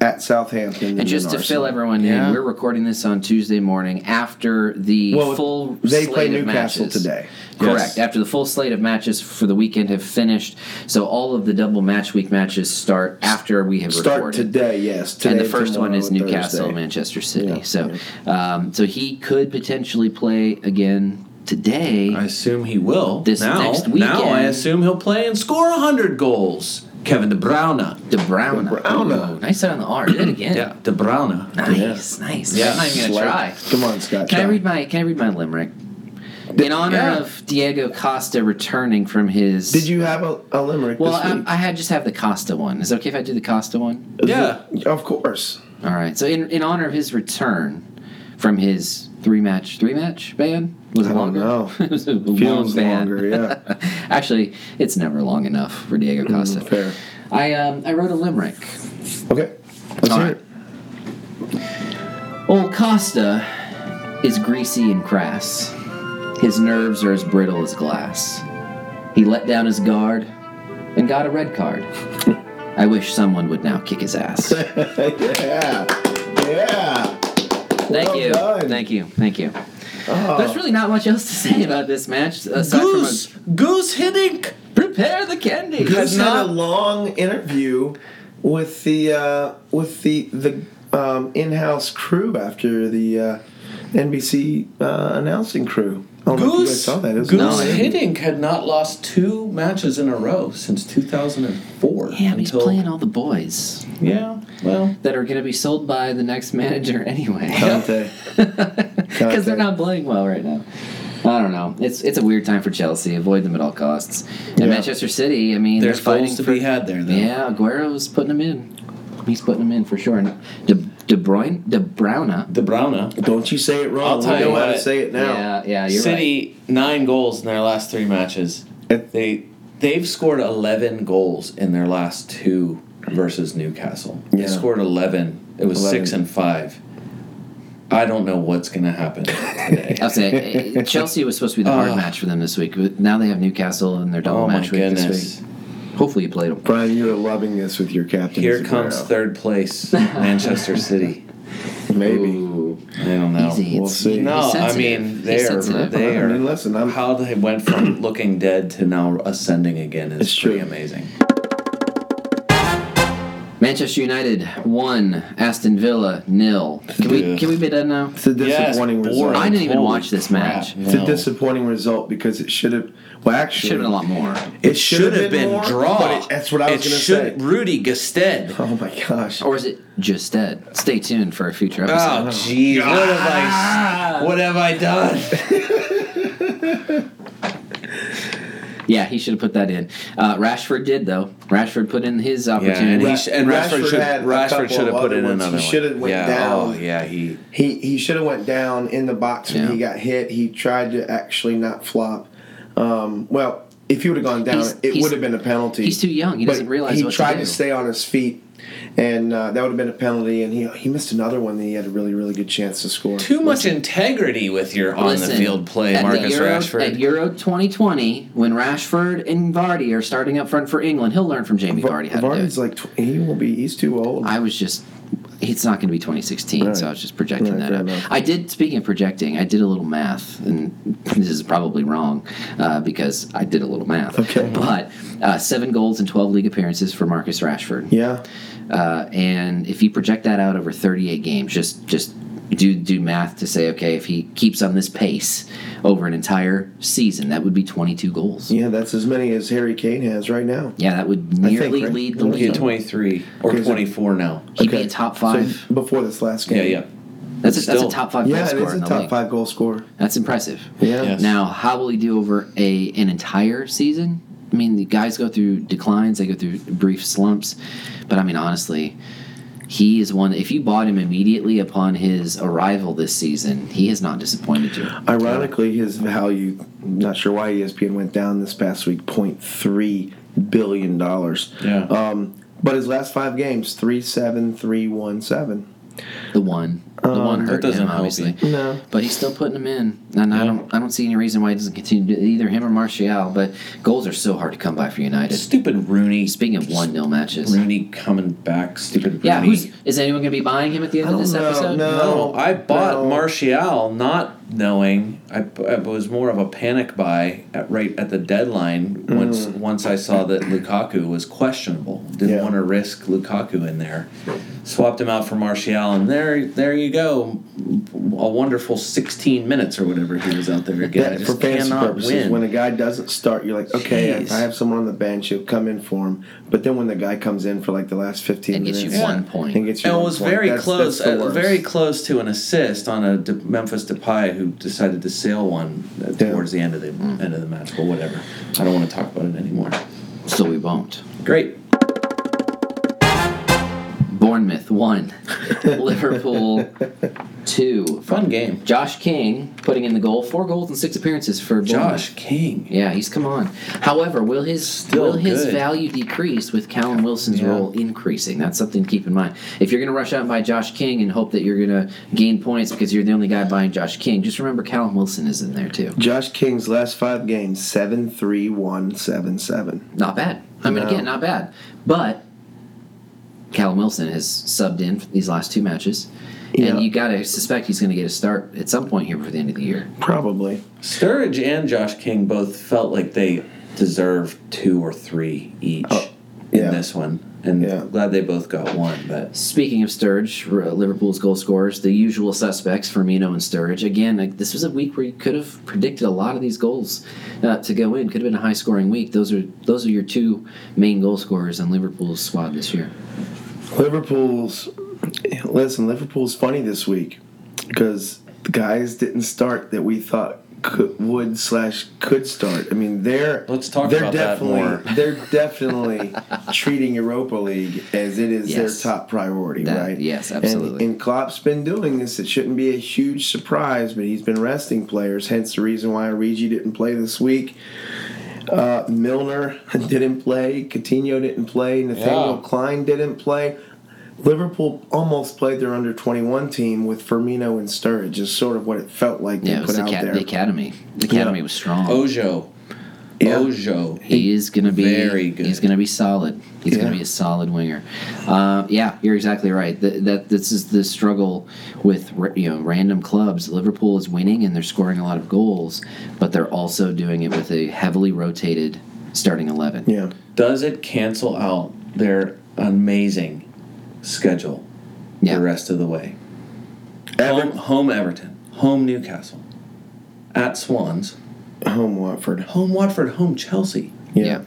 Speaker 2: at Southampton. than
Speaker 4: And just to
Speaker 2: Arsenal.
Speaker 4: fill everyone
Speaker 3: Yeah.
Speaker 4: in, we're recording this on Tuesday morning after the
Speaker 2: Well,
Speaker 4: full
Speaker 2: they
Speaker 4: slate
Speaker 2: play
Speaker 4: of
Speaker 2: Newcastle
Speaker 4: matches.
Speaker 2: today.
Speaker 4: Correct.
Speaker 3: Yes.
Speaker 4: After the full slate of matches for the weekend have finished, so all of the double match week matches start after we have
Speaker 2: Start
Speaker 4: recorded.
Speaker 2: today, yes. Today,
Speaker 4: and the first one
Speaker 2: tomorrow,
Speaker 4: is Newcastle,
Speaker 2: Thursday.
Speaker 4: Manchester City.
Speaker 2: Yeah,
Speaker 4: so, Um, so he could potentially play again today.
Speaker 3: I assume he will.
Speaker 4: This
Speaker 3: now,
Speaker 4: next
Speaker 3: Now I
Speaker 4: weekend.
Speaker 3: assume he'll play and score 100 goals. Kevin De Bruyne.
Speaker 4: De Bruyne.
Speaker 2: De Bruyne.
Speaker 4: Ooh, nice set on the R. Do that again.
Speaker 3: Yeah, De Bruyne.
Speaker 4: Nice, nice.
Speaker 3: Yeah.
Speaker 4: I'm not even gonna
Speaker 2: Slight-
Speaker 4: try.
Speaker 2: Come on, Scott.
Speaker 4: Can I
Speaker 2: try.
Speaker 4: read my Can I read my limerick? In honor
Speaker 3: yeah.
Speaker 4: of Diego Costa returning from his.
Speaker 2: Did you have a, a limerick
Speaker 4: Well,
Speaker 2: this
Speaker 4: I,
Speaker 2: week?
Speaker 4: I had just have the Costa one. Is it okay if I do the Costa one?
Speaker 3: Yeah.
Speaker 2: of course.
Speaker 4: All right. So in, in honor of his return from his three match three match ban It was
Speaker 2: I don't
Speaker 4: longer.
Speaker 2: know.
Speaker 4: (laughs) it was a long
Speaker 2: Feels
Speaker 4: ban.
Speaker 2: longer,
Speaker 4: (laughs)
Speaker 2: yeah.
Speaker 4: Actually, it's never long enough for Diego Costa.
Speaker 2: Mm, Fair.
Speaker 4: I um, I wrote a limerick.
Speaker 2: Okay. Let's
Speaker 4: All
Speaker 2: hear
Speaker 4: right.
Speaker 2: it.
Speaker 4: Old Costa is greasy and crass. His nerves are as brittle as glass. He let down his guard and got a red
Speaker 2: (laughs)
Speaker 4: card. I wish someone would now kick his
Speaker 2: (laughs)
Speaker 4: ass.
Speaker 2: yeah. Yeah.
Speaker 4: Thank
Speaker 2: Well
Speaker 4: you.
Speaker 2: done. Ah.
Speaker 4: Thank you. Thank you. There's really not much else to say about this match aside
Speaker 3: Goose. Goose Hiddink.
Speaker 4: from a, prepare the candy.
Speaker 2: He's had a long interview with the uh, with the the um, in-house crew after the uh, NBC uh, announcing crew. I don't know if you guys
Speaker 3: Goose,
Speaker 2: saw that. It was
Speaker 3: Goose
Speaker 4: No, I
Speaker 2: amazing.
Speaker 4: didn't.
Speaker 3: Hiddink had not lost two matches in a row since 2004.
Speaker 4: Yeah, but he's
Speaker 3: until-
Speaker 4: playing all the boys
Speaker 3: Yeah, well,
Speaker 4: that are going to be sold by the next manager (laughs) anyway, (laughs)
Speaker 2: Conte.
Speaker 4: because they're not playing well right now. I don't know. It's it's a weird time for Chelsea. Avoid them at all costs. And
Speaker 2: Yeah.
Speaker 4: Manchester City. I mean,
Speaker 3: there's
Speaker 4: they're fighting
Speaker 3: goals to
Speaker 4: for-
Speaker 3: be had there, though.
Speaker 4: Yeah, Aguero's putting them in. He's putting them in for sure. And De, De Bruyne, De Bruyne.
Speaker 3: De Bruyne.
Speaker 2: Don't you say it wrong.
Speaker 3: I'll tell
Speaker 2: we
Speaker 3: you
Speaker 2: know how to
Speaker 3: what.
Speaker 2: say it now.
Speaker 4: Yeah, yeah, you're right.
Speaker 3: City nine goals in their last three matches.
Speaker 2: It-
Speaker 3: They they've scored eleven goals in their last two versus Newcastle. They
Speaker 2: Yeah.
Speaker 3: scored eleven. It was
Speaker 2: 11.
Speaker 3: six and five. I don't know what's gonna happen today.
Speaker 4: I'll say eh, Chelsea was supposed to be the hard match for them this week. But now they have Newcastle and their double
Speaker 3: oh my
Speaker 4: match week
Speaker 3: goodness!
Speaker 4: this week. Hopefully you played them.
Speaker 2: Brian, you're loving this with your captain.
Speaker 3: Here comes
Speaker 2: Aguero.
Speaker 3: third place, Manchester City.
Speaker 2: maybe.
Speaker 3: I don't know.
Speaker 4: Easy.
Speaker 2: We'll
Speaker 4: it's,
Speaker 2: see.
Speaker 4: he's
Speaker 3: No, I
Speaker 4: sensitive.
Speaker 3: mean
Speaker 4: He's
Speaker 3: they are
Speaker 4: sensitive.
Speaker 3: they
Speaker 2: I mean,
Speaker 3: are
Speaker 2: listen, I'm
Speaker 3: how they went from looking dead to now ascending again is
Speaker 2: It's
Speaker 3: pretty
Speaker 2: true.
Speaker 3: amazing.
Speaker 4: Manchester United one, Aston Villa nil. Can we
Speaker 3: Yeah.
Speaker 4: can we be done now?
Speaker 2: it's a disappointing
Speaker 3: Yes,
Speaker 2: result.
Speaker 3: boring.
Speaker 4: I didn't even
Speaker 3: Holy
Speaker 4: watch this
Speaker 3: crap,
Speaker 4: match.
Speaker 2: It's a
Speaker 3: no.
Speaker 2: disappointing result because it should have. Well, actually,
Speaker 4: Should have been a lot more.
Speaker 2: It
Speaker 3: should have been,
Speaker 2: more,
Speaker 3: draw.
Speaker 2: but it- that's what I was
Speaker 3: It
Speaker 2: going to say.
Speaker 3: should- Rudy Gusted.
Speaker 2: (laughs) Oh my gosh!
Speaker 4: Or is it just dead? Stay tuned for a future
Speaker 3: Oh
Speaker 4: episode.
Speaker 3: jeez, what have I? What have I (laughs) done?
Speaker 4: Yeah, he should have put that in. Uh, Rashford did though. Rashford put in his
Speaker 3: and,
Speaker 4: opportunity.
Speaker 3: he sh- and Rashford,
Speaker 2: Rashford
Speaker 3: should
Speaker 2: had a
Speaker 3: Rashford
Speaker 2: couple
Speaker 3: should have
Speaker 2: of
Speaker 3: put
Speaker 2: other
Speaker 3: in
Speaker 2: ones. He
Speaker 3: another.
Speaker 2: should have
Speaker 3: one.
Speaker 2: went
Speaker 3: yeah,
Speaker 2: down.
Speaker 3: Oh yeah, he.
Speaker 2: He he should have went down in the box when
Speaker 4: Yeah.
Speaker 2: he got hit. He tried to actually not flop. Um, well, if he would have gone down,
Speaker 4: He's-
Speaker 2: it
Speaker 4: he's-
Speaker 2: would have been a penalty.
Speaker 4: he's too young. He
Speaker 2: But
Speaker 4: doesn't realize
Speaker 2: He
Speaker 4: what to
Speaker 2: tried to,
Speaker 4: do.
Speaker 2: stay on his feet, and uh, that would have been a penalty. And he he missed another one that he had a really really good chance to score.
Speaker 3: Too much integrity with your on the field play,
Speaker 4: at the
Speaker 3: Marcus
Speaker 4: Euro, At
Speaker 3: Rashford.
Speaker 4: Euro 2020, when Rashford and Vardy are starting up front for England, he'll learn from Jamie Vardy how to do
Speaker 2: Vardy's
Speaker 4: it.
Speaker 2: like tw- he will be. He's too old.
Speaker 4: I was just. It's not going to be 2016, so I was just projecting
Speaker 2: Right,
Speaker 4: that
Speaker 2: fair
Speaker 4: out.
Speaker 2: enough.
Speaker 4: I did, speaking of projecting, I did a little math, and (laughs) this is probably wrong uh, because I did a little math.
Speaker 2: Okay.
Speaker 4: But uh, seven goals and 12 league appearances for Marcus Rashford.
Speaker 2: yeah.
Speaker 4: Uh, and if you project that out over 38 games, just just do do math to say, okay, if he keeps on this pace over an entire season, that would be 22 goals.
Speaker 2: Yeah, that's as many as Harry Kane has right now.
Speaker 4: Yeah, that would nearly
Speaker 2: right?
Speaker 4: lead the
Speaker 2: Okay,
Speaker 3: He's
Speaker 4: league.
Speaker 3: twenty three or
Speaker 2: Okay, so-
Speaker 3: twenty four now.
Speaker 4: He'd be a top five.
Speaker 2: So before this last game.
Speaker 3: Yeah, yeah.
Speaker 4: that's, a, that's a
Speaker 3: still-
Speaker 4: top five goal
Speaker 2: Yeah, it
Speaker 4: scorer
Speaker 2: is
Speaker 4: in
Speaker 2: a
Speaker 4: the
Speaker 2: top
Speaker 4: league.
Speaker 2: five goal scorer.
Speaker 4: That's impressive.
Speaker 2: Yeah.
Speaker 3: Yes.
Speaker 4: Now, how will he do over a an entire season? I mean, the guys go through declines, they go through brief slumps, but I mean, honestly, he is one. If you bought him immediately upon his arrival this season, he has not disappointed you.
Speaker 2: Ironically, his value, not sure why E ESPN went down this past week, $0.3 billion.
Speaker 3: Yeah.
Speaker 2: Um, but his last five games, 3 7, 3 1 7.
Speaker 4: The one, the
Speaker 2: Um,
Speaker 4: one hurt
Speaker 3: doesn't
Speaker 4: him
Speaker 3: help
Speaker 4: obviously.
Speaker 2: No.
Speaker 4: but he's still putting him in, and I don't, I don't see any reason why he doesn't continue to either him or Martial. But goals are so hard to come by for United.
Speaker 3: Stupid Rooney.
Speaker 4: Speaking of one 0 matches,
Speaker 3: Rooney coming back. Stupid Rooney.
Speaker 4: yeah, who's is anyone going to be buying him at the end
Speaker 2: I
Speaker 4: of this
Speaker 2: don't know,
Speaker 4: episode?
Speaker 2: no.
Speaker 3: No, I bought
Speaker 2: no.
Speaker 3: Martial not knowing. I, I was more of a panic buy at, right at the deadline once once I saw that Lukaku was questionable. Didn't
Speaker 2: Mm. Yeah.
Speaker 3: want to risk Lukaku in there. Swapped him out for Martial, and there there you go, a wonderful 16 minutes or whatever he was out there again. I
Speaker 2: That,
Speaker 3: just
Speaker 2: for fantasy
Speaker 3: cannot
Speaker 2: purposes,
Speaker 3: win.
Speaker 2: when a guy doesn't start, you're like, okay,
Speaker 3: Jeez.
Speaker 2: if I have someone on the bench, he'll come in for him. But then when the guy comes in for like the last 15
Speaker 4: And gets
Speaker 2: minutes,
Speaker 4: you one point.
Speaker 2: and gets you
Speaker 3: And it
Speaker 2: one
Speaker 3: was
Speaker 2: point,
Speaker 3: very
Speaker 2: that's-
Speaker 3: close,
Speaker 2: that's the
Speaker 3: uh,
Speaker 2: worst.
Speaker 3: very close to an assist on a De- Memphis Depay who decided to sail one uh,
Speaker 2: Yeah. Mm.
Speaker 3: towards the end of the end of the match. But whatever, I don't want to talk about it anymore.
Speaker 4: So we won't.
Speaker 3: Great.
Speaker 4: Bournemouth
Speaker 3: (laughs)
Speaker 4: one, Liverpool two.
Speaker 3: Fun game.
Speaker 4: Josh King putting in the goal, four goals and six appearances for Bournemouth.
Speaker 3: Josh King.
Speaker 4: Yeah, he's come on. However, will his
Speaker 3: Still
Speaker 4: will his
Speaker 3: good.
Speaker 4: value decrease with Callum Wilson's role increasing? That's something to keep in mind. If you're going to rush out and buy Josh King and hope that you're going to gain points because you're the only guy buying Josh King, just remember Callum Wilson is in there too.
Speaker 2: Josh King's last five games, 7 3 1 7 7.
Speaker 4: Not bad. I mean,
Speaker 2: No.
Speaker 4: again, not bad. But Callum Wilson has subbed in for these last two matches.
Speaker 2: Yeah.
Speaker 4: And you got to suspect he's going to get a start at some point here for the end of the year.
Speaker 2: Probably.
Speaker 3: Sturridge and Josh King both felt like they deserved two or three each
Speaker 2: Oh, yeah.
Speaker 3: in this one, and
Speaker 2: Yeah.
Speaker 3: glad they both got one. But
Speaker 4: Speaking of Sturridge, R- Liverpool's goal scorers, the usual suspects, Firmino and Sturridge. Again, like, this was a week where you could have predicted a lot of these goals uh, to go in. Could have been a high-scoring week. Those are those are your two main goal scorers in Liverpool's squad this year.
Speaker 2: Liverpool's listen. Liverpool's funny this week because the guys didn't start that we thought could, would slash could start. I mean, they're
Speaker 3: Let's talk
Speaker 2: they're
Speaker 3: about that
Speaker 2: definitely,
Speaker 3: more.
Speaker 2: (laughs) They're definitely treating Europa League as it is
Speaker 4: Yes.
Speaker 2: their top priority,
Speaker 4: That-
Speaker 2: right?
Speaker 4: yes,
Speaker 2: And-
Speaker 4: absolutely.
Speaker 2: And, Klopp's been doing this. It shouldn't be a huge surprise, but he's been resting players. Hence the reason why Origi didn't play this week. Uh, Milner (laughs) didn't play. Coutinho didn't play. Nathaniel
Speaker 3: Yeah.
Speaker 2: Klein didn't play. Liverpool almost played their under 21 team with Firmino and Sturridge, is sort of what it felt like they
Speaker 4: Yeah, it
Speaker 2: put
Speaker 4: was the,
Speaker 2: out
Speaker 4: ca-
Speaker 2: there.
Speaker 4: the academy. The academy
Speaker 2: Yeah.
Speaker 4: was
Speaker 3: Oh,
Speaker 4: strong.
Speaker 3: Ojo,
Speaker 2: Yeah.
Speaker 3: Ojo,
Speaker 4: He is going to be
Speaker 3: Very good.
Speaker 4: He's going to be solid. He's going
Speaker 2: Yeah.
Speaker 4: to be a solid winger. Uh, yeah, you're exactly right. Th that this is the struggle with ra- you know random clubs. Liverpool is winning and they're scoring a lot of goals, but they're also doing it with a heavily rotated starting eleven.
Speaker 2: yeah.
Speaker 3: does it cancel out their amazing schedule
Speaker 4: Yeah.
Speaker 3: the rest of the way?
Speaker 2: Ever-
Speaker 3: home, home Everton, home Newcastle, at Swans,
Speaker 2: home Watford.
Speaker 3: home Watford, home Chelsea
Speaker 2: Yeah.
Speaker 4: Yeah.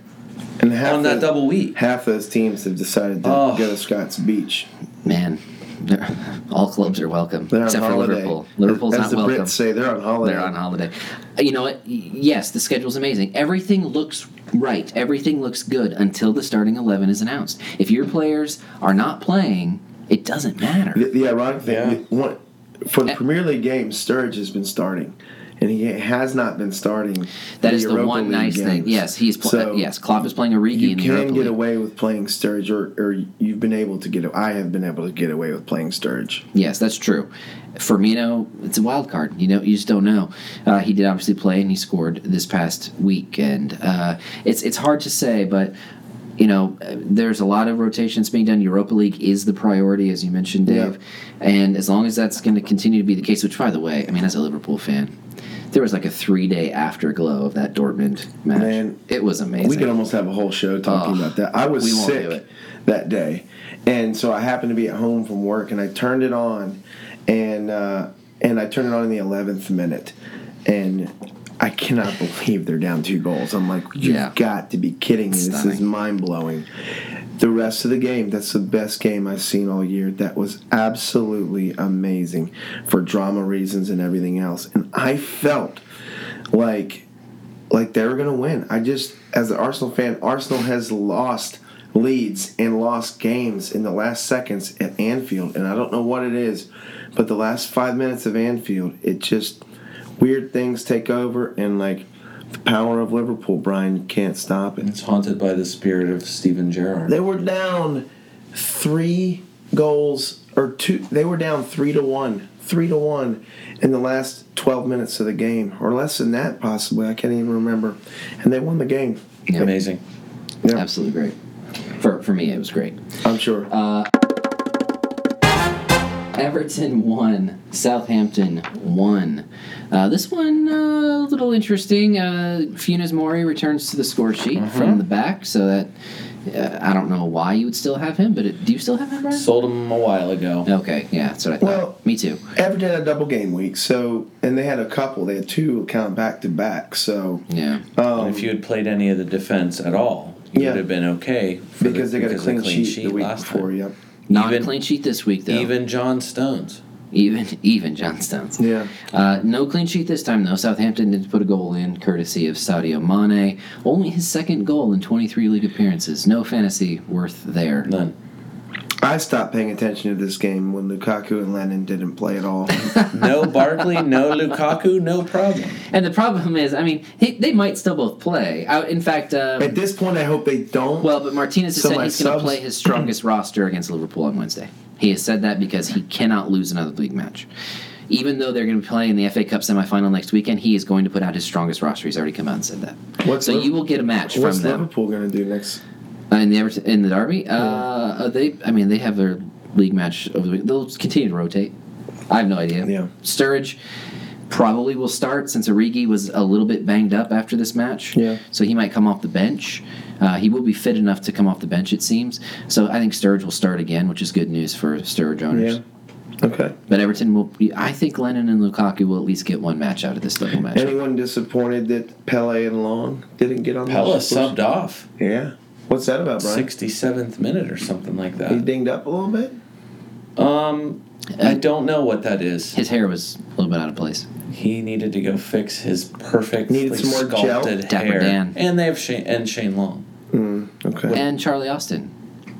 Speaker 2: And half
Speaker 3: on that
Speaker 2: the-
Speaker 3: double week.
Speaker 2: Half those teams have decided to
Speaker 3: Oh.
Speaker 2: go to Scott's Beach.
Speaker 4: man, (laughs) they're- all clubs are welcome
Speaker 2: They're on
Speaker 4: except for
Speaker 2: holiday.
Speaker 4: Liverpool. Liverpool's
Speaker 2: As
Speaker 4: not
Speaker 2: the
Speaker 4: welcome.
Speaker 2: Brits say, they're on holiday.
Speaker 4: They're on holiday. You know what? Y- Yes, the schedule's amazing. Everything looks right. Everything looks good until the starting 11 is announced. If your players are not playing, it doesn't
Speaker 2: The,
Speaker 4: matter.
Speaker 2: the ironic thing,
Speaker 3: Yeah.
Speaker 2: the- one, for the
Speaker 4: Eh.
Speaker 2: Premier League game, Sturridge has been starting, and he has not been starting.
Speaker 4: That is the
Speaker 2: Europa
Speaker 4: one
Speaker 2: League
Speaker 4: nice thing.
Speaker 2: games.
Speaker 4: Yes, he's pl- uh,
Speaker 2: So-
Speaker 4: yes, Klopp is playing Origi
Speaker 2: you
Speaker 4: in the
Speaker 2: can
Speaker 4: Europa
Speaker 2: get
Speaker 4: League.
Speaker 2: away with playing Sturge, or, or you've been able to get. I have been able to get away with playing Sturge.
Speaker 4: Yes, that's true. Firmino, it's a wild card. You know, you just don't know. Uh, he did obviously play, and he scored this past weekend. Uh, it's it's hard to say, but you know, uh, there's a lot of rotations being done. Europa League is the priority, as you mentioned, Dave. And as long as that's going to continue to be the case, which by the way, I mean, as a Liverpool fan, there was like a three day afterglow of that Dortmund match.
Speaker 2: Man,
Speaker 4: it was amazing.
Speaker 2: We could almost have a whole show talking
Speaker 4: Oh,
Speaker 2: about that. I was
Speaker 4: we won't do
Speaker 2: sick
Speaker 4: it.
Speaker 2: that day, and so I happened to be at home from work, and I turned it on, and uh, and I turned it on in the eleventh minute, and I cannot believe they're down two goals. I'm like, you've
Speaker 4: Yeah.
Speaker 2: got to be kidding me! This is
Speaker 4: Stunning.
Speaker 2: mind blowing. The rest of the game, that's the best game I've seen all year. That was absolutely amazing for drama reasons and everything else. And I felt like like they were going to win. I just, as an Arsenal fan, Arsenal has lost leads and lost games in the last seconds at Anfield, and I don't know what it is, but the last five minutes of Anfield, it just weird things take over, and like the power of Liverpool, Brian, you can't stop it.
Speaker 3: It's haunted by the spirit of Steven Gerrard.
Speaker 2: They were down three goals or two. They were down three to one, three to one, in the last twelve minutes of the game, or less than that possibly. I can't even remember. And they won the game.
Speaker 4: Yeah.
Speaker 3: Amazing.
Speaker 2: Yeah,
Speaker 4: Absolutely great. For, for me, it was great.
Speaker 2: I'm sure.
Speaker 3: Uh,
Speaker 4: Everton won. Southampton won. Uh, this one uh, a little interesting. Uh, Funes Mori returns to the score sheet from the back, so that uh, I don't know why you would still have him, but it, do you still have him, Brian?
Speaker 3: Sold him a while ago.
Speaker 4: Okay, yeah, that's what I thought.
Speaker 2: Well-
Speaker 4: me too.
Speaker 2: Everton had a double game week, so and they had a couple. They had two count back to back. So
Speaker 4: Yeah,
Speaker 2: um,
Speaker 3: And if you had played any of the defense at all, you
Speaker 2: Yeah.
Speaker 3: would have been okay for the-
Speaker 2: because they got a
Speaker 3: because of
Speaker 2: clean, sheet, the week
Speaker 3: last
Speaker 2: before.
Speaker 3: time.
Speaker 2: Yep.
Speaker 4: not a
Speaker 3: even-
Speaker 4: clean sheet this week though.
Speaker 3: Even John Stones.
Speaker 4: even (laughs) even John Stones.
Speaker 2: Yeah.
Speaker 4: Uh, no clean sheet this time, though. Southampton did put a goal in, courtesy of Sadio Mane. Only his second goal in 23 league appearances. No fantasy worth there.
Speaker 3: None.
Speaker 2: I stopped paying attention to this game when Lukaku and Lennon didn't play at
Speaker 3: (laughs)
Speaker 2: all.
Speaker 4: (laughs)
Speaker 3: No Barkley, no Lukaku, no problem.
Speaker 4: And the problem is, I mean, he, they might still both play. I, in fact, um,
Speaker 2: At this point, I hope they don't.
Speaker 4: well, but Martinez has
Speaker 2: So
Speaker 4: said
Speaker 2: my
Speaker 4: he's going to
Speaker 2: subs-
Speaker 4: play
Speaker 2: (clears throat)
Speaker 4: his strongest roster against Liverpool on Wednesday. He has said that because he cannot lose another league match. Even though they're going to be playing in the FA Cup semifinal next weekend, he is going to put out his strongest roster. He's already come out and said that.
Speaker 2: What's
Speaker 4: so
Speaker 2: Liv-
Speaker 4: you will get a match from
Speaker 2: what's
Speaker 4: them.
Speaker 2: Liverpool going to do next?
Speaker 4: Uh, in the Everton, in the derby, uh, uh, they. I mean, they have their league match over the week. They'll continue to rotate. I have no idea.
Speaker 2: Yeah.
Speaker 4: Sturridge probably will start since Origi was a little bit banged up after this match.
Speaker 2: Yeah.
Speaker 4: So he might come off the bench. Uh, he will be fit enough to come off the bench, it seems. So I think Sturridge will start again, which is good news for Sturridge owners.
Speaker 2: Yeah. Okay.
Speaker 4: But Everton will be. I think Lennon and Lukaku will at least get one match out of this double match.
Speaker 2: Anyone disappointed that Pele and Long didn't get on? the
Speaker 3: Pella
Speaker 2: list?
Speaker 3: subbed off.
Speaker 2: Yeah. What's that about, Brian?
Speaker 3: 67th minute or something like
Speaker 2: He
Speaker 3: that.
Speaker 2: dinged up a little bit.
Speaker 3: Um, I don't know what that is.
Speaker 4: His hair was a little bit out of place.
Speaker 3: He needed to go fix his perfectly
Speaker 2: Needed some more gel?
Speaker 3: sculpted
Speaker 4: Dapper
Speaker 3: hair.
Speaker 4: Dan.
Speaker 3: And they have Shane and Shane Long.
Speaker 2: Okay.
Speaker 4: And Charlie Austin,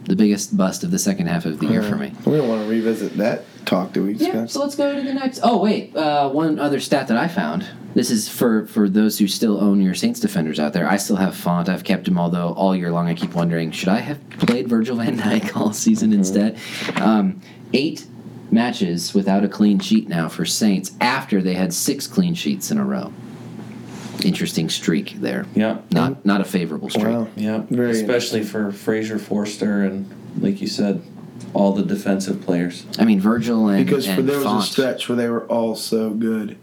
Speaker 4: the biggest bust of the second half of the year
Speaker 2: Uh-huh.
Speaker 4: for me.
Speaker 2: We don't want to revisit that talk, do we?
Speaker 4: Yeah,
Speaker 2: Scott?
Speaker 4: so let's go to the next. Oh wait, uh, one other stat that I found. This is for for those who still own your Saints defenders out there. I still have Font. I've kept him, although all year long I keep wondering should I have played Virgil Van Dyke (laughs) all season
Speaker 2: Mm-hmm.
Speaker 4: instead. Um, eight matches without a clean sheet now for Saints after they had six clean sheets in a row. Interesting streak there.
Speaker 3: Yeah.
Speaker 4: Not not a favorable streak.
Speaker 2: Mm-hmm. Wow.
Speaker 3: Yeah.
Speaker 2: Very
Speaker 3: Especially for Fraser Forster and like you said, all the defensive players.
Speaker 4: I mean Virgil and
Speaker 2: Because for,
Speaker 4: and
Speaker 2: there was
Speaker 4: Font.
Speaker 2: a stretch where they were all so good.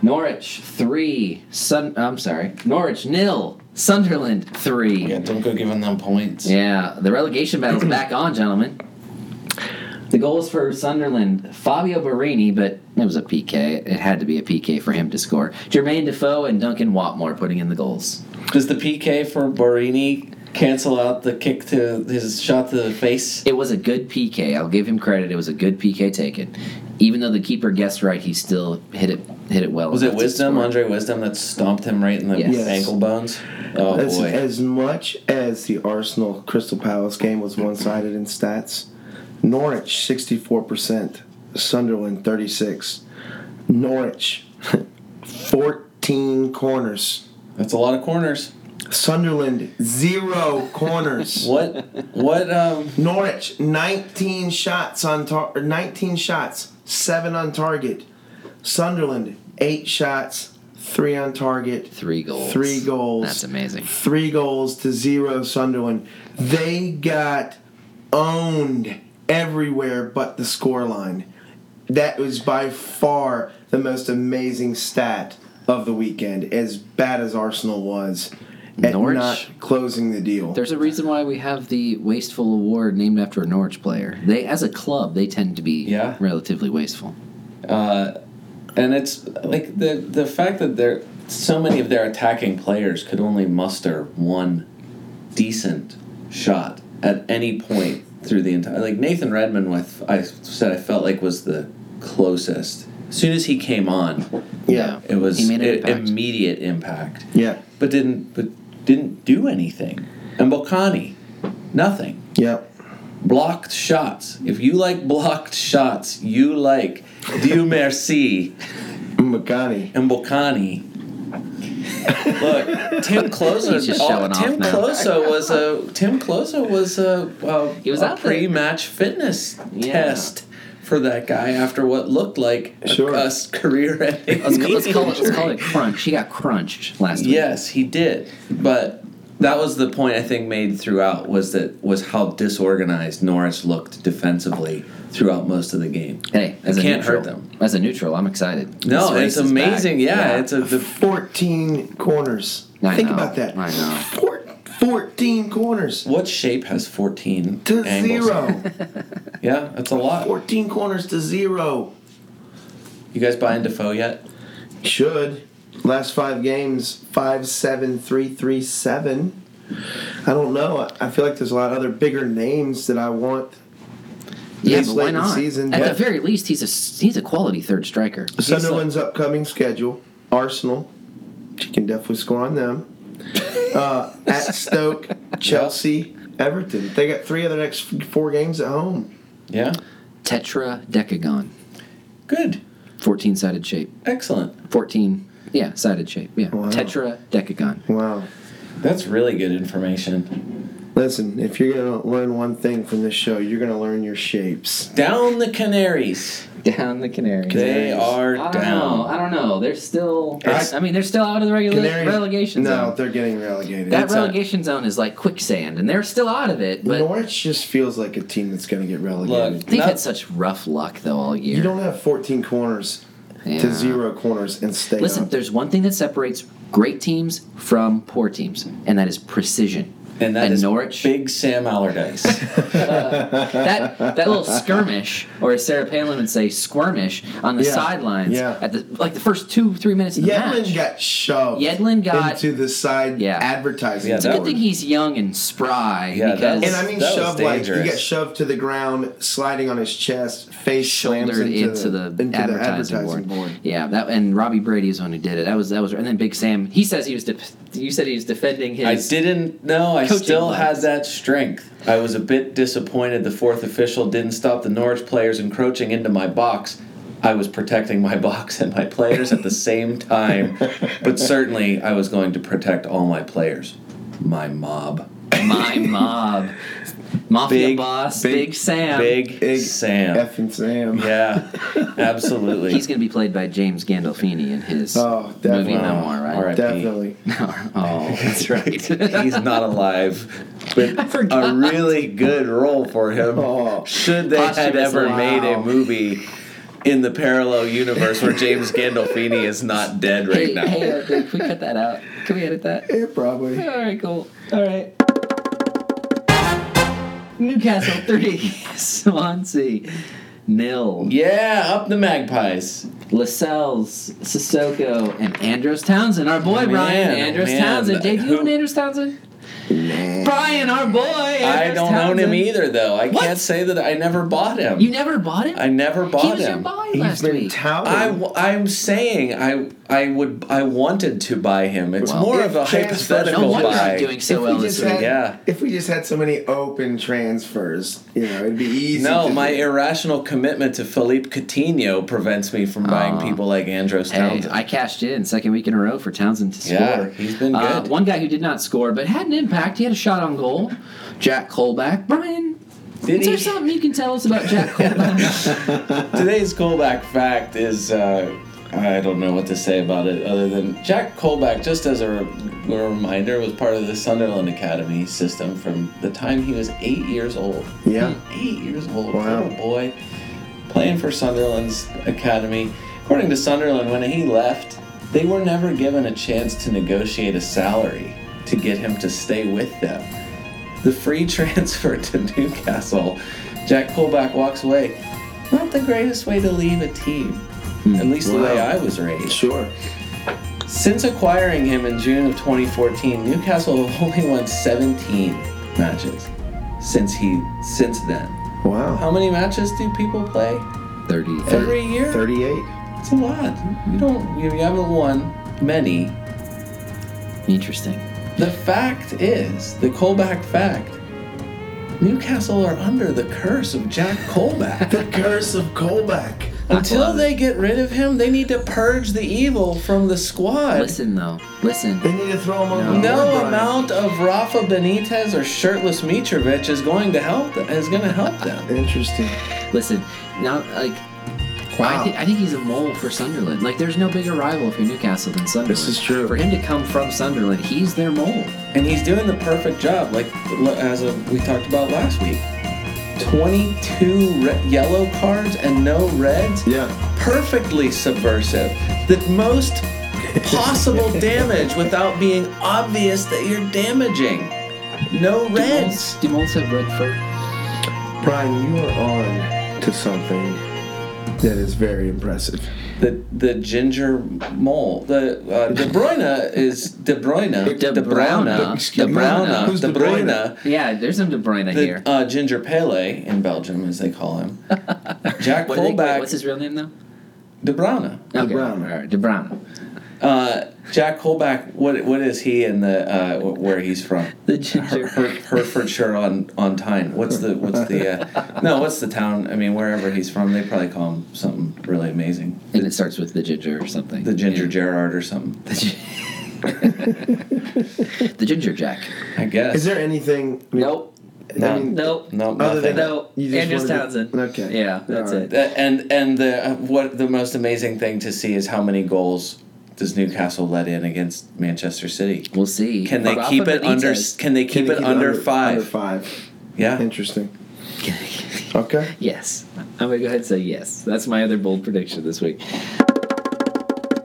Speaker 4: Norwich three. Sun. I'm sorry. Norwich nil. Sunderland three.
Speaker 3: Yeah, don't go giving them points.
Speaker 4: Yeah, the relegation battle's back on, gentlemen. The goals for Sunderland, Fabio Barini, but it was a PK. It had to be a PK for him to score. Jermaine Defoe and Duncan Watmore putting in the goals.
Speaker 3: Does the PK for Borini cancel out the kick to his shot to the face?
Speaker 4: It was a good PK. I'll give him credit. It was a good PK taken. Even though the keeper guessed right, he still hit it hit it well.
Speaker 3: Was it
Speaker 4: enough to
Speaker 3: Wisdom,
Speaker 4: score.
Speaker 3: Andre Wisdom, that stomped him right in the
Speaker 4: Yes.
Speaker 3: ankle bones? Oh
Speaker 2: As,
Speaker 3: boy!
Speaker 2: as much as the Arsenal Crystal Palace game was one sided in stats, Norwich 64%, Sunderland 36 Norwich (laughs) 14 corners,
Speaker 3: That's a lot of corners.
Speaker 2: Sunderland 0 corners.
Speaker 3: What? What? Um,
Speaker 2: Norwich 19 shots on tar- or 19 shots, 7 on target. Sunderland 8 shots, 3 on target.
Speaker 4: Three goals.
Speaker 2: Three goals.
Speaker 4: That's amazing.
Speaker 2: Three goals to zero Sunderland. They got owned everywhere but the scoreline. That was by far the most amazing stat of the weekend, as bad as Arsenal was at
Speaker 4: Norwich?
Speaker 2: not closing the deal.
Speaker 4: There's a reason why we have the wasteful award named after a Norwich player. They, as a club, they tend to be
Speaker 3: Yeah.
Speaker 4: relatively wasteful.
Speaker 3: and it's like the the fact that there so many of their attacking players could only muster one decent shot at any point through the entire like Nathan Redmond with I said I felt like was the closest. As soon as he came on,
Speaker 2: yeah.
Speaker 3: it was
Speaker 4: He made an
Speaker 3: i-
Speaker 4: impact.
Speaker 3: immediate impact.
Speaker 2: Yeah.
Speaker 3: But didn't but didn't do anything. And Bocani, nothing
Speaker 2: Yeah.
Speaker 3: blocked shots. If you like
Speaker 4: (laughs)
Speaker 3: blocked shots, you like Dieu Merci
Speaker 2: Makani.
Speaker 3: and Bocani
Speaker 4: (laughs)
Speaker 3: Look, Tim Closer.
Speaker 4: He's just showing off
Speaker 3: uh, Tim
Speaker 4: now.
Speaker 3: Closer was a Tim Closer was a, a
Speaker 4: He was
Speaker 3: a
Speaker 4: out there.
Speaker 3: pre-match fitness
Speaker 4: Yeah.
Speaker 3: test for that guy after what looked like a-
Speaker 2: Sure.
Speaker 3: a, career-ending.
Speaker 4: Let's, ca- let's call it. Let's call it crunch. He got crunched last week.
Speaker 3: Yes, he did. But that was the point I think made throughout was that was how disorganized Norris looked defensively throughout most of the game.
Speaker 4: Hey, as
Speaker 3: It
Speaker 4: a
Speaker 3: can't
Speaker 4: neutral,
Speaker 3: hurt them.
Speaker 4: As a neutral, I'm excited.
Speaker 3: No,
Speaker 4: This race
Speaker 3: it's
Speaker 4: is back.
Speaker 3: amazing. Yeah, it's a the,
Speaker 2: 14 corners.
Speaker 4: I
Speaker 2: Think
Speaker 4: know,
Speaker 2: about that.
Speaker 4: I know.
Speaker 2: Four, 14 corners
Speaker 3: what shape has fourteen
Speaker 2: to
Speaker 4: (laughs)
Speaker 3: angles?
Speaker 2: zero.
Speaker 3: Yeah, that's a lot.
Speaker 2: 14 corners to zero.
Speaker 3: You guys buying Defoe yet?
Speaker 2: Should. Last five games, five seven three three seven. I don't know. I- I feel like there's a lot of other bigger names that I want.
Speaker 4: yeah,
Speaker 2: It's
Speaker 4: but
Speaker 2: late
Speaker 4: why
Speaker 2: in the
Speaker 4: not?
Speaker 2: season,
Speaker 4: At the
Speaker 2: but-
Speaker 4: very least, he's a he's a quality third striker.
Speaker 2: Sunderland's upcoming schedule: Arsenal. She can definitely score on
Speaker 4: (laughs)
Speaker 2: them. Uh, at Stoke, Chelsea, Everton. They got three of their next four games at home.
Speaker 3: Yeah.
Speaker 4: Tetra decagon,
Speaker 3: Good.
Speaker 4: fourteen sided shape,
Speaker 3: Excellent.
Speaker 4: fourteen. Yeah, sided shape. Yeah,
Speaker 2: Wow.
Speaker 4: tetra decagon.
Speaker 2: Wow.
Speaker 3: That's really good information.
Speaker 2: Listen, if you're gonna learn one thing from this show, you're gonna learn your shapes.
Speaker 3: Down the Canaries.
Speaker 4: Down the Canaries.
Speaker 3: They are
Speaker 4: I don't know.
Speaker 3: down.
Speaker 4: I don't know. They're still.
Speaker 2: It's-
Speaker 4: I mean, they're still out of the regular
Speaker 2: Canaries-
Speaker 4: relegation
Speaker 2: No,
Speaker 4: zone.
Speaker 2: they're getting relegated.
Speaker 4: That
Speaker 3: It's a-
Speaker 4: relegation zone is like quicksand, and they're still out of it. But
Speaker 2: Norwich just feels like a team that's going to get relegated.
Speaker 3: Look,
Speaker 4: they've
Speaker 3: Not-
Speaker 4: had such rough luck though all year.
Speaker 2: you don't have 14 corners
Speaker 4: Yeah.
Speaker 2: to zero corners and stay
Speaker 4: Listen,
Speaker 2: up.
Speaker 4: there's one thing that separates great teams from poor teams, and that is precision.
Speaker 3: And that is
Speaker 4: Norwich.
Speaker 3: Big Sam Allardyce.
Speaker 4: that that
Speaker 2: (laughs)
Speaker 4: little skirmish, or as Sarah Palin would say, squirmish on the
Speaker 2: Yeah,
Speaker 4: sidelines
Speaker 2: yeah.
Speaker 4: at the like the first two three minutes of the
Speaker 2: Yedlin
Speaker 4: match.
Speaker 2: got shoved.
Speaker 4: Yedlin got-
Speaker 2: into the side
Speaker 4: Yeah.
Speaker 2: advertising.
Speaker 3: Yeah,
Speaker 4: it's a good
Speaker 3: that
Speaker 4: thing he's young and spry
Speaker 3: Yeah, that
Speaker 4: because
Speaker 3: was-
Speaker 2: and I mean
Speaker 3: That was
Speaker 2: shoved like he got
Speaker 3: dangerous.
Speaker 2: shoved to the ground, sliding on his chest, face slams
Speaker 4: shouldered
Speaker 2: into,
Speaker 4: into, the,
Speaker 2: into
Speaker 4: advertising, board. Yeah, that and Robbie Brady is the one who did it. That was that was, and then Big Sam. He says he was. De- you said he was defending his.
Speaker 3: I didn't know. I
Speaker 4: Coaching
Speaker 3: still had
Speaker 4: lines.
Speaker 3: that strength. I was a bit disappointed the fourth official didn't stop the Norwich players encroaching into my box. I was protecting my (laughs) box and my players at the same time, but certainly I was going to protect all my players. My mob.
Speaker 4: my
Speaker 3: (laughs)
Speaker 4: mob, mafia
Speaker 3: Big-
Speaker 4: boss,
Speaker 2: big-
Speaker 4: Big, Sam.
Speaker 3: Big,
Speaker 2: Big
Speaker 3: Sam.
Speaker 2: F and Sam.
Speaker 3: Yeah, absolutely.
Speaker 4: He's going to be played by James Gandolfini in his
Speaker 2: Oh,
Speaker 4: movie
Speaker 2: definitely.
Speaker 4: memoir, right?
Speaker 3: All right.
Speaker 2: Definitely.
Speaker 4: (laughs) Oh, (laughs) that's right.
Speaker 3: He's not alive. But a really good role for him.
Speaker 2: Oh.
Speaker 3: Should they had
Speaker 4: Posthumous,
Speaker 3: ever
Speaker 4: wow.
Speaker 3: made a movie in the parallel universe where James Gandolfini is not dead (laughs) right
Speaker 4: hey,
Speaker 3: now.
Speaker 4: hey, uh, Blake, can we cut that out? Can we edit that?
Speaker 2: Yeah,
Speaker 4: (laughs)
Speaker 2: probably.
Speaker 4: All right, cool. All right. Newcastle three, (laughs) Swansea nil.
Speaker 3: Yeah, up the magpies.
Speaker 4: Lascelles, Sissoko, and Andros Townsend. Our boy
Speaker 3: Oh, Man,
Speaker 4: Brian Andros
Speaker 3: man.
Speaker 4: Townsend. Dave, you
Speaker 3: Who-
Speaker 4: own Andros Townsend? Brian, our boy.
Speaker 3: I
Speaker 4: Andros
Speaker 3: don't own him
Speaker 4: Townsend.
Speaker 3: either, though. I
Speaker 4: What?
Speaker 3: can't say that I never bought him.
Speaker 4: You never bought him.
Speaker 3: I never bought
Speaker 4: He was
Speaker 3: him.
Speaker 4: your buy
Speaker 2: He's
Speaker 4: last
Speaker 2: been
Speaker 4: week.
Speaker 2: touted.
Speaker 3: I w- I'm saying I I would I wanted to buy him. It's
Speaker 4: Well,
Speaker 3: more of a
Speaker 2: if transfer-
Speaker 3: hypothetical
Speaker 4: no wonder
Speaker 3: buy.
Speaker 4: he's doing so
Speaker 2: if we
Speaker 4: well
Speaker 2: just
Speaker 4: this week.
Speaker 2: had,
Speaker 3: Yeah.
Speaker 2: If we just had so many open transfers, you know, it'd be easy.
Speaker 4: (laughs)
Speaker 3: No,
Speaker 2: to
Speaker 3: my
Speaker 2: do.
Speaker 3: irrational commitment to Philippe Coutinho prevents me from buying
Speaker 4: Aw.
Speaker 3: people like Andros
Speaker 4: Hey,
Speaker 3: Townsend.
Speaker 4: I cashed in second week in a row for Townsend to score.
Speaker 3: Yeah, he's been
Speaker 4: Uh,
Speaker 3: good.
Speaker 4: one guy who did not score but had an impact. He had a shot on goal. Jack Colback. Brian,
Speaker 3: Did
Speaker 4: is there
Speaker 3: he?
Speaker 4: something you can tell us about
Speaker 3: (laughs)
Speaker 4: Jack Colback?
Speaker 3: Today's callback fact is uh, I don't know what to say about it other than Jack Colback, just as a, re- a reminder, was part of the Sunderland Academy system from the time he was eight years old. Hmm.
Speaker 2: Yeah.
Speaker 3: Eight years old.
Speaker 2: Wow.
Speaker 3: What a boy. Playing for Sunderland's Academy. According to Sunderland, when he left, they were never given a chance to negotiate a salary to get him to stay with them the free (laughs) transfer to Newcastle, Jack Colback walks away. Not the greatest way to leave a team, at least the way I was raised.
Speaker 2: Hmm. sure.
Speaker 3: Since acquiring him in June of 2014, Newcastle have only won 17 matches since he since then.
Speaker 2: Wow.
Speaker 3: How many matches do people play
Speaker 4: Thirty.
Speaker 3: every year?
Speaker 2: Thirty-eight.
Speaker 3: It's a lot. You don't you haven't won many
Speaker 4: Interesting.
Speaker 3: The fact is, the Colback fact, Newcastle are under the curse of Jack Colback.
Speaker 2: The curse of Colback.
Speaker 3: Until they get rid of him, they need to purge the evil from the squad.
Speaker 4: Listen though, listen.
Speaker 2: They need to throw him on the
Speaker 3: No
Speaker 2: board,
Speaker 3: amount of Rafa Benitez or shirtless Mitrovic is going to help them. Is going to help them.
Speaker 2: Interesting.
Speaker 4: Listen, now like. I,
Speaker 2: Wow.
Speaker 4: thi- I think he's a mole for Sunderland. Like, there's no bigger rival for Newcastle than Sunderland.
Speaker 2: This is true.
Speaker 4: For him to come from Sunderland, he's their mole.
Speaker 3: And he's doing the perfect job, like l- as of, we talked about last week. 22 re- yellow cards and no reds.
Speaker 2: Yeah.
Speaker 3: Perfectly subversive. The most possible damage without being obvious that you're damaging. No reds.
Speaker 4: Do moles have red fur?
Speaker 2: Brian, you are on to something that is very impressive.
Speaker 3: The the ginger mole. The uh, De Bruyne is De Bruyne.
Speaker 4: De
Speaker 3: De Bruyne.
Speaker 4: Bruyne.
Speaker 3: De
Speaker 2: Who's
Speaker 3: Bruyne. De
Speaker 2: De Bruyne?
Speaker 3: Bruyne.
Speaker 4: Yeah, there's some De Bruyne here.
Speaker 3: The, uh, ginger Pele in Belgium, as they
Speaker 4: (laughs)
Speaker 3: call him. Jack
Speaker 4: What do they-
Speaker 3: Holback.
Speaker 4: what's his real name though?
Speaker 3: De Bruyne.
Speaker 4: Okay,
Speaker 2: Bruyne.
Speaker 4: all right, De Bruyne.
Speaker 3: Uh, Jack Holback. What what is he in the uh, wh- where he's from?
Speaker 4: The (laughs)
Speaker 3: Her,
Speaker 4: ginger.
Speaker 3: Her, Herefordshire on on Tyne. What's the what's the uh, no? What's the town? I mean, wherever he's from, they probably call him something really amazing.
Speaker 4: and it starts with the ginger or something.
Speaker 3: The Ginger
Speaker 4: Yeah.
Speaker 3: Gerard or something.
Speaker 4: The gi- (laughs) the ginger jack.
Speaker 3: I guess.
Speaker 2: Is there anything? I mean,
Speaker 4: Nope.
Speaker 2: I mean,
Speaker 4: Nope.
Speaker 3: No,
Speaker 2: Other
Speaker 3: nothing.
Speaker 2: than
Speaker 4: No,
Speaker 2: you just
Speaker 4: Andrews
Speaker 2: wanted to-
Speaker 4: Townsend.
Speaker 2: Okay.
Speaker 4: Yeah, that's
Speaker 2: All right.
Speaker 4: it.
Speaker 3: Uh, and and the uh, what the most amazing thing to see is how many goals does Newcastle let in against Manchester City?
Speaker 4: We'll see.
Speaker 3: Can they
Speaker 4: Rafa
Speaker 3: keep it under?
Speaker 4: Benitez.
Speaker 3: E Can they keep,
Speaker 2: Can you
Speaker 3: it, under, five?
Speaker 2: Under five.
Speaker 3: Yeah.
Speaker 2: Interesting. Okay.
Speaker 4: yes. I'm gonna go ahead and say yes. That's my other bold prediction this week.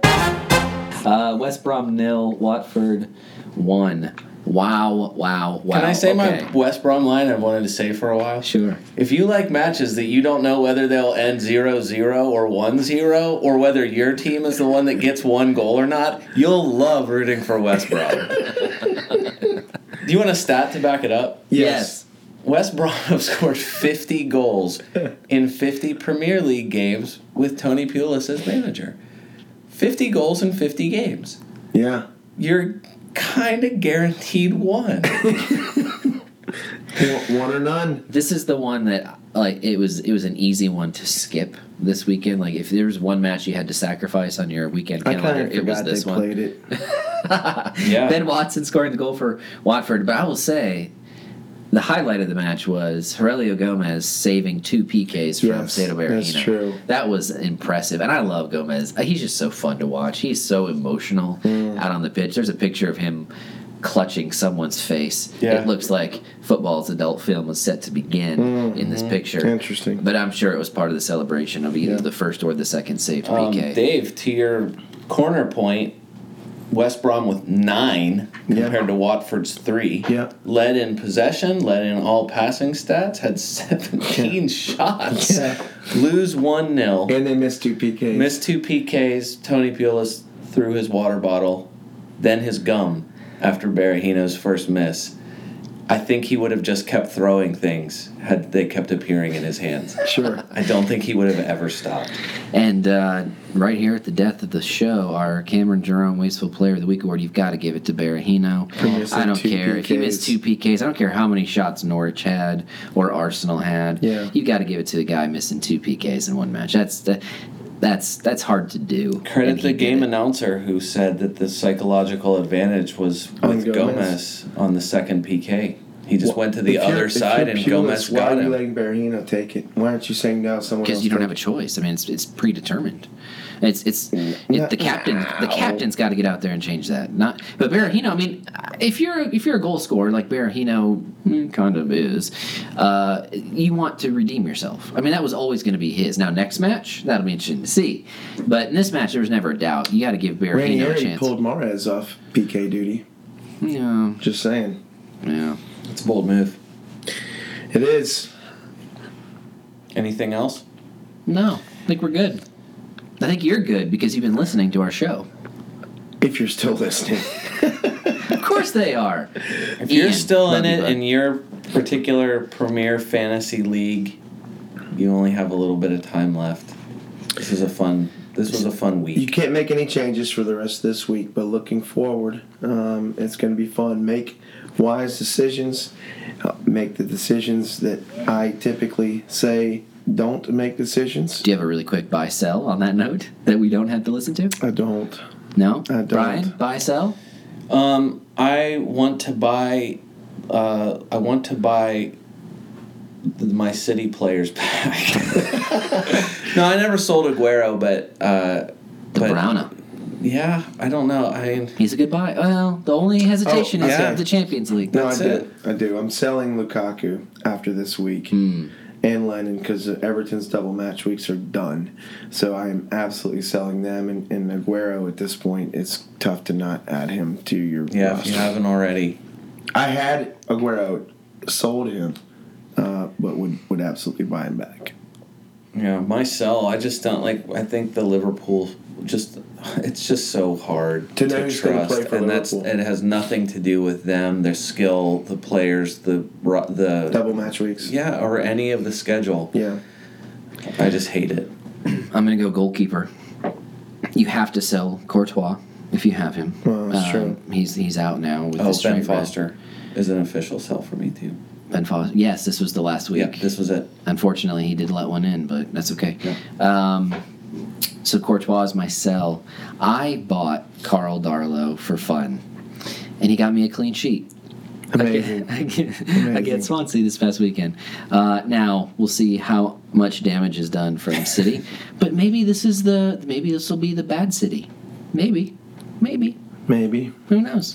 Speaker 4: Uh, West Brom nil, Watford one. Wow, wow, wow.
Speaker 3: Can I say
Speaker 4: okay.
Speaker 3: my West Brom line I've wanted to say for a while?
Speaker 4: Sure.
Speaker 3: If you like matches that you don't know whether they'll end 0-0 or 1-0 or whether your team is the one that gets one goal or not, you'll love rooting for West Brom. Do you want a stat to back it up?
Speaker 4: Yes.
Speaker 3: West Brom (laughs) have scored 50 goals in 50 Premier League games with Tony Pulis as manager. 50 goals in 50 games.
Speaker 2: Yeah.
Speaker 3: You're kind of guaranteed one. (laughs)
Speaker 2: One- One or none.
Speaker 4: This is the one that like it was it was an easy one to skip this weekend. Like if there was one match you had to sacrifice on your weekend
Speaker 2: I kind
Speaker 4: calendar,
Speaker 2: of
Speaker 4: it was
Speaker 2: forgot they
Speaker 4: this one.
Speaker 2: played it. Uh,
Speaker 3: Yeah.
Speaker 4: Ben Watson scoring the goal for Watford. But I will say, the highlight of the match was Aurelio Gomez saving two PKs from
Speaker 2: Yes,
Speaker 4: Sato Berahino.
Speaker 2: that's true.
Speaker 4: That was impressive, and I love Gomez. Uh, He's just so fun to watch. He's so emotional
Speaker 2: Mm.
Speaker 4: out on the pitch. There's a picture of him clutching someone's face.
Speaker 2: Yeah.
Speaker 4: It looks like football's adult film was set to begin in this picture.
Speaker 2: Mm-hmm. Interesting.
Speaker 4: But I'm sure it was part of the celebration of either the first or the second saved
Speaker 3: Um,
Speaker 4: PK.
Speaker 3: Dave, to your corner point, West Brom with nine
Speaker 2: Yeah.
Speaker 3: compared to Watford's three.
Speaker 2: Yeah.
Speaker 3: Led in possession, led in all passing stats, had 17 (laughs) shots.
Speaker 2: Yeah.
Speaker 3: Lose 1 0.
Speaker 2: And they missed two PKs.
Speaker 3: Missed two PKs. Tony Pulis threw his water bottle, then his gum after Barahino's first miss. I think he would have just kept throwing things had they kept appearing in his hands.
Speaker 2: Sure.
Speaker 3: I don't think he would have ever stopped.
Speaker 4: And uh, right here at the death of the show, our Cameron Jerome Wasteful Player of the Week award. You've got to give it to Barahino.
Speaker 2: missing
Speaker 4: I don't
Speaker 2: two
Speaker 4: care if he missed
Speaker 2: PKs.
Speaker 4: two PKs. I don't care how many shots Norwich had or Arsenal had.
Speaker 2: Yeah.
Speaker 4: you've got to give it to the guy missing two PKs in one match. That's that, that's that's hard to do. And
Speaker 3: Credit
Speaker 4: he
Speaker 3: the
Speaker 4: did
Speaker 3: game
Speaker 4: it.
Speaker 3: announcer who said that the psychological advantage was
Speaker 2: On
Speaker 3: with
Speaker 2: Gomez.
Speaker 3: Gomez. on the second PK. He just went to the
Speaker 2: If you're-
Speaker 3: other
Speaker 2: if
Speaker 3: side
Speaker 2: you're
Speaker 3: and
Speaker 2: Pulis,
Speaker 3: Gomez
Speaker 2: why
Speaker 3: got
Speaker 2: are you
Speaker 3: him.
Speaker 2: letting Berahino take it? Why aren't you saying no? Someone
Speaker 4: because
Speaker 2: else
Speaker 4: you don't
Speaker 2: take
Speaker 4: have a choice. I mean, it's it's predetermined. It's it's
Speaker 2: No.
Speaker 4: it, the captain. The captain's got to get out there and change that. Not but Barahino. I mean, if you're if you're a goal scorer like Barahino hmm, kind of is, uh, you want to redeem yourself. I mean, that was always going to be his. Now next match that'll be interesting to see. But in this match, there was never a doubt. You got to give
Speaker 2: it?
Speaker 4: Barahino a
Speaker 2: Ranieri
Speaker 4: chance.
Speaker 2: pulled Mares off PK duty.
Speaker 4: Yeah,
Speaker 2: Just saying.
Speaker 4: yeah.
Speaker 3: It's a bold move.
Speaker 2: It is.
Speaker 3: Anything else?
Speaker 4: No, I think we're good. I think you're good because you've been listening to our show.
Speaker 2: If you're still (laughs) listening.
Speaker 4: Of course they are.
Speaker 3: If you're
Speaker 4: Ian,
Speaker 3: still in
Speaker 4: love you,
Speaker 3: it
Speaker 4: bud.
Speaker 3: in your particular Premier Fantasy League, you only have a little bit of time left. This is a fun. This was a fun
Speaker 2: You
Speaker 3: week.
Speaker 2: can't make any changes for the rest of this week, but looking forward, um, it's going to be fun. Make wise decisions. Uh, Make the decisions that I typically say don't make decisions.
Speaker 4: Do you have a really quick buy sell on that note that we don't have to listen to?
Speaker 2: I don't.
Speaker 4: No,
Speaker 2: I don't.
Speaker 4: Brian, buy sell.
Speaker 3: Um, I want to buy. Uh, I want to buy th- my city players
Speaker 4: (laughs)
Speaker 3: (laughs) back. no, I never sold Aguero, but uh,
Speaker 4: The
Speaker 3: But-
Speaker 4: Browna.
Speaker 3: yeah, I don't know. I mean,
Speaker 4: He's a good buy. Well, the only hesitation
Speaker 2: Oh,
Speaker 4: is
Speaker 2: yeah.
Speaker 4: the Champions League.
Speaker 2: No,
Speaker 3: That's
Speaker 2: I do.
Speaker 3: it.
Speaker 2: I do. I'm selling Lukaku after this week
Speaker 3: Hmm.
Speaker 2: and Lennon because Everton's double match weeks are done. So I am absolutely selling them. And, and Aguero at this point, it's tough to not add him to your
Speaker 3: yeah, if
Speaker 2: roster.
Speaker 3: you haven't already,
Speaker 2: I had Aguero, sold him, uh, but would would absolutely buy him back.
Speaker 3: yeah, my sell. I just don't like. I think the Liverpool just. It's just so hard
Speaker 2: To know who's gonna play for
Speaker 3: and that's
Speaker 2: Liverpool.
Speaker 3: it has nothing to do with them, their skill, the players, the ru- the
Speaker 2: Double match weeks.
Speaker 3: yeah, or any of the schedule.
Speaker 2: Yeah.
Speaker 3: I just hate it.
Speaker 4: I'm gonna go goalkeeper. You have to sell Courtois if you have him. Um,
Speaker 2: Well, that's true.
Speaker 4: He's he's out now with
Speaker 3: Oh,
Speaker 4: the straight
Speaker 3: Ben
Speaker 4: red.
Speaker 3: Foster is an official sell for me too.
Speaker 4: Ben Foster. Yes, this was the last week.
Speaker 3: Yeah, this was it.
Speaker 4: Unfortunately, he did let one in, but that's okay. Um, so Courtois is my sell. I bought Carl Darlow for fun, and he got me a clean sheet. (laughs)
Speaker 2: Amazing.
Speaker 4: Against
Speaker 2: Amazing.
Speaker 4: against Swansea this past weekend. Uh, now we'll see how much damage is done from
Speaker 2: (laughs)
Speaker 4: City, but maybe this is the maybe this will be the bad City. Maybe, maybe
Speaker 2: Maybe.
Speaker 4: who knows?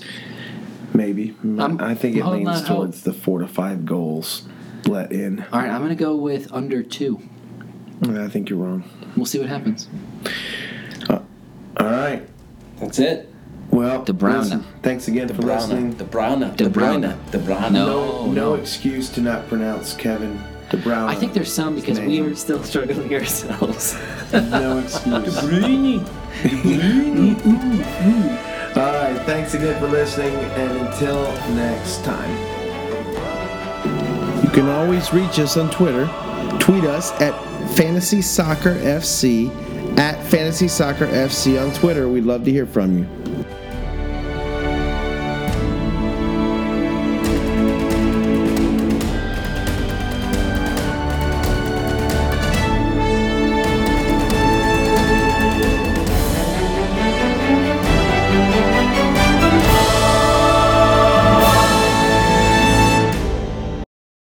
Speaker 2: Maybe.
Speaker 4: I'm-
Speaker 2: i think it
Speaker 4: hold
Speaker 2: leans
Speaker 4: on, hold-
Speaker 2: towards the four to five goals let in.
Speaker 4: All right, I'm gonna go with under two.
Speaker 2: I think you're wrong.
Speaker 4: We'll see what happens.
Speaker 2: All right.
Speaker 3: That's it.
Speaker 2: Well,
Speaker 4: De Bruyne.
Speaker 2: listen, thanks again for listening.
Speaker 3: De Bruyne.
Speaker 4: De Bruyne.
Speaker 3: De Bruyne.
Speaker 4: Oh, No.
Speaker 2: no, no excuse to not pronounce Kevin De Bruyne.
Speaker 4: I think there's some because we are still struggling (laughs) ourselves. (laughs)
Speaker 2: no excuse.
Speaker 3: Bruyne.
Speaker 2: (laughs) All right, thanks again for listening, and until next time.
Speaker 6: You can always reach us on Twitter. Tweet us at Fantasy Soccer FC at Fantasy Soccer FC on Twitter. We'd love to hear from you.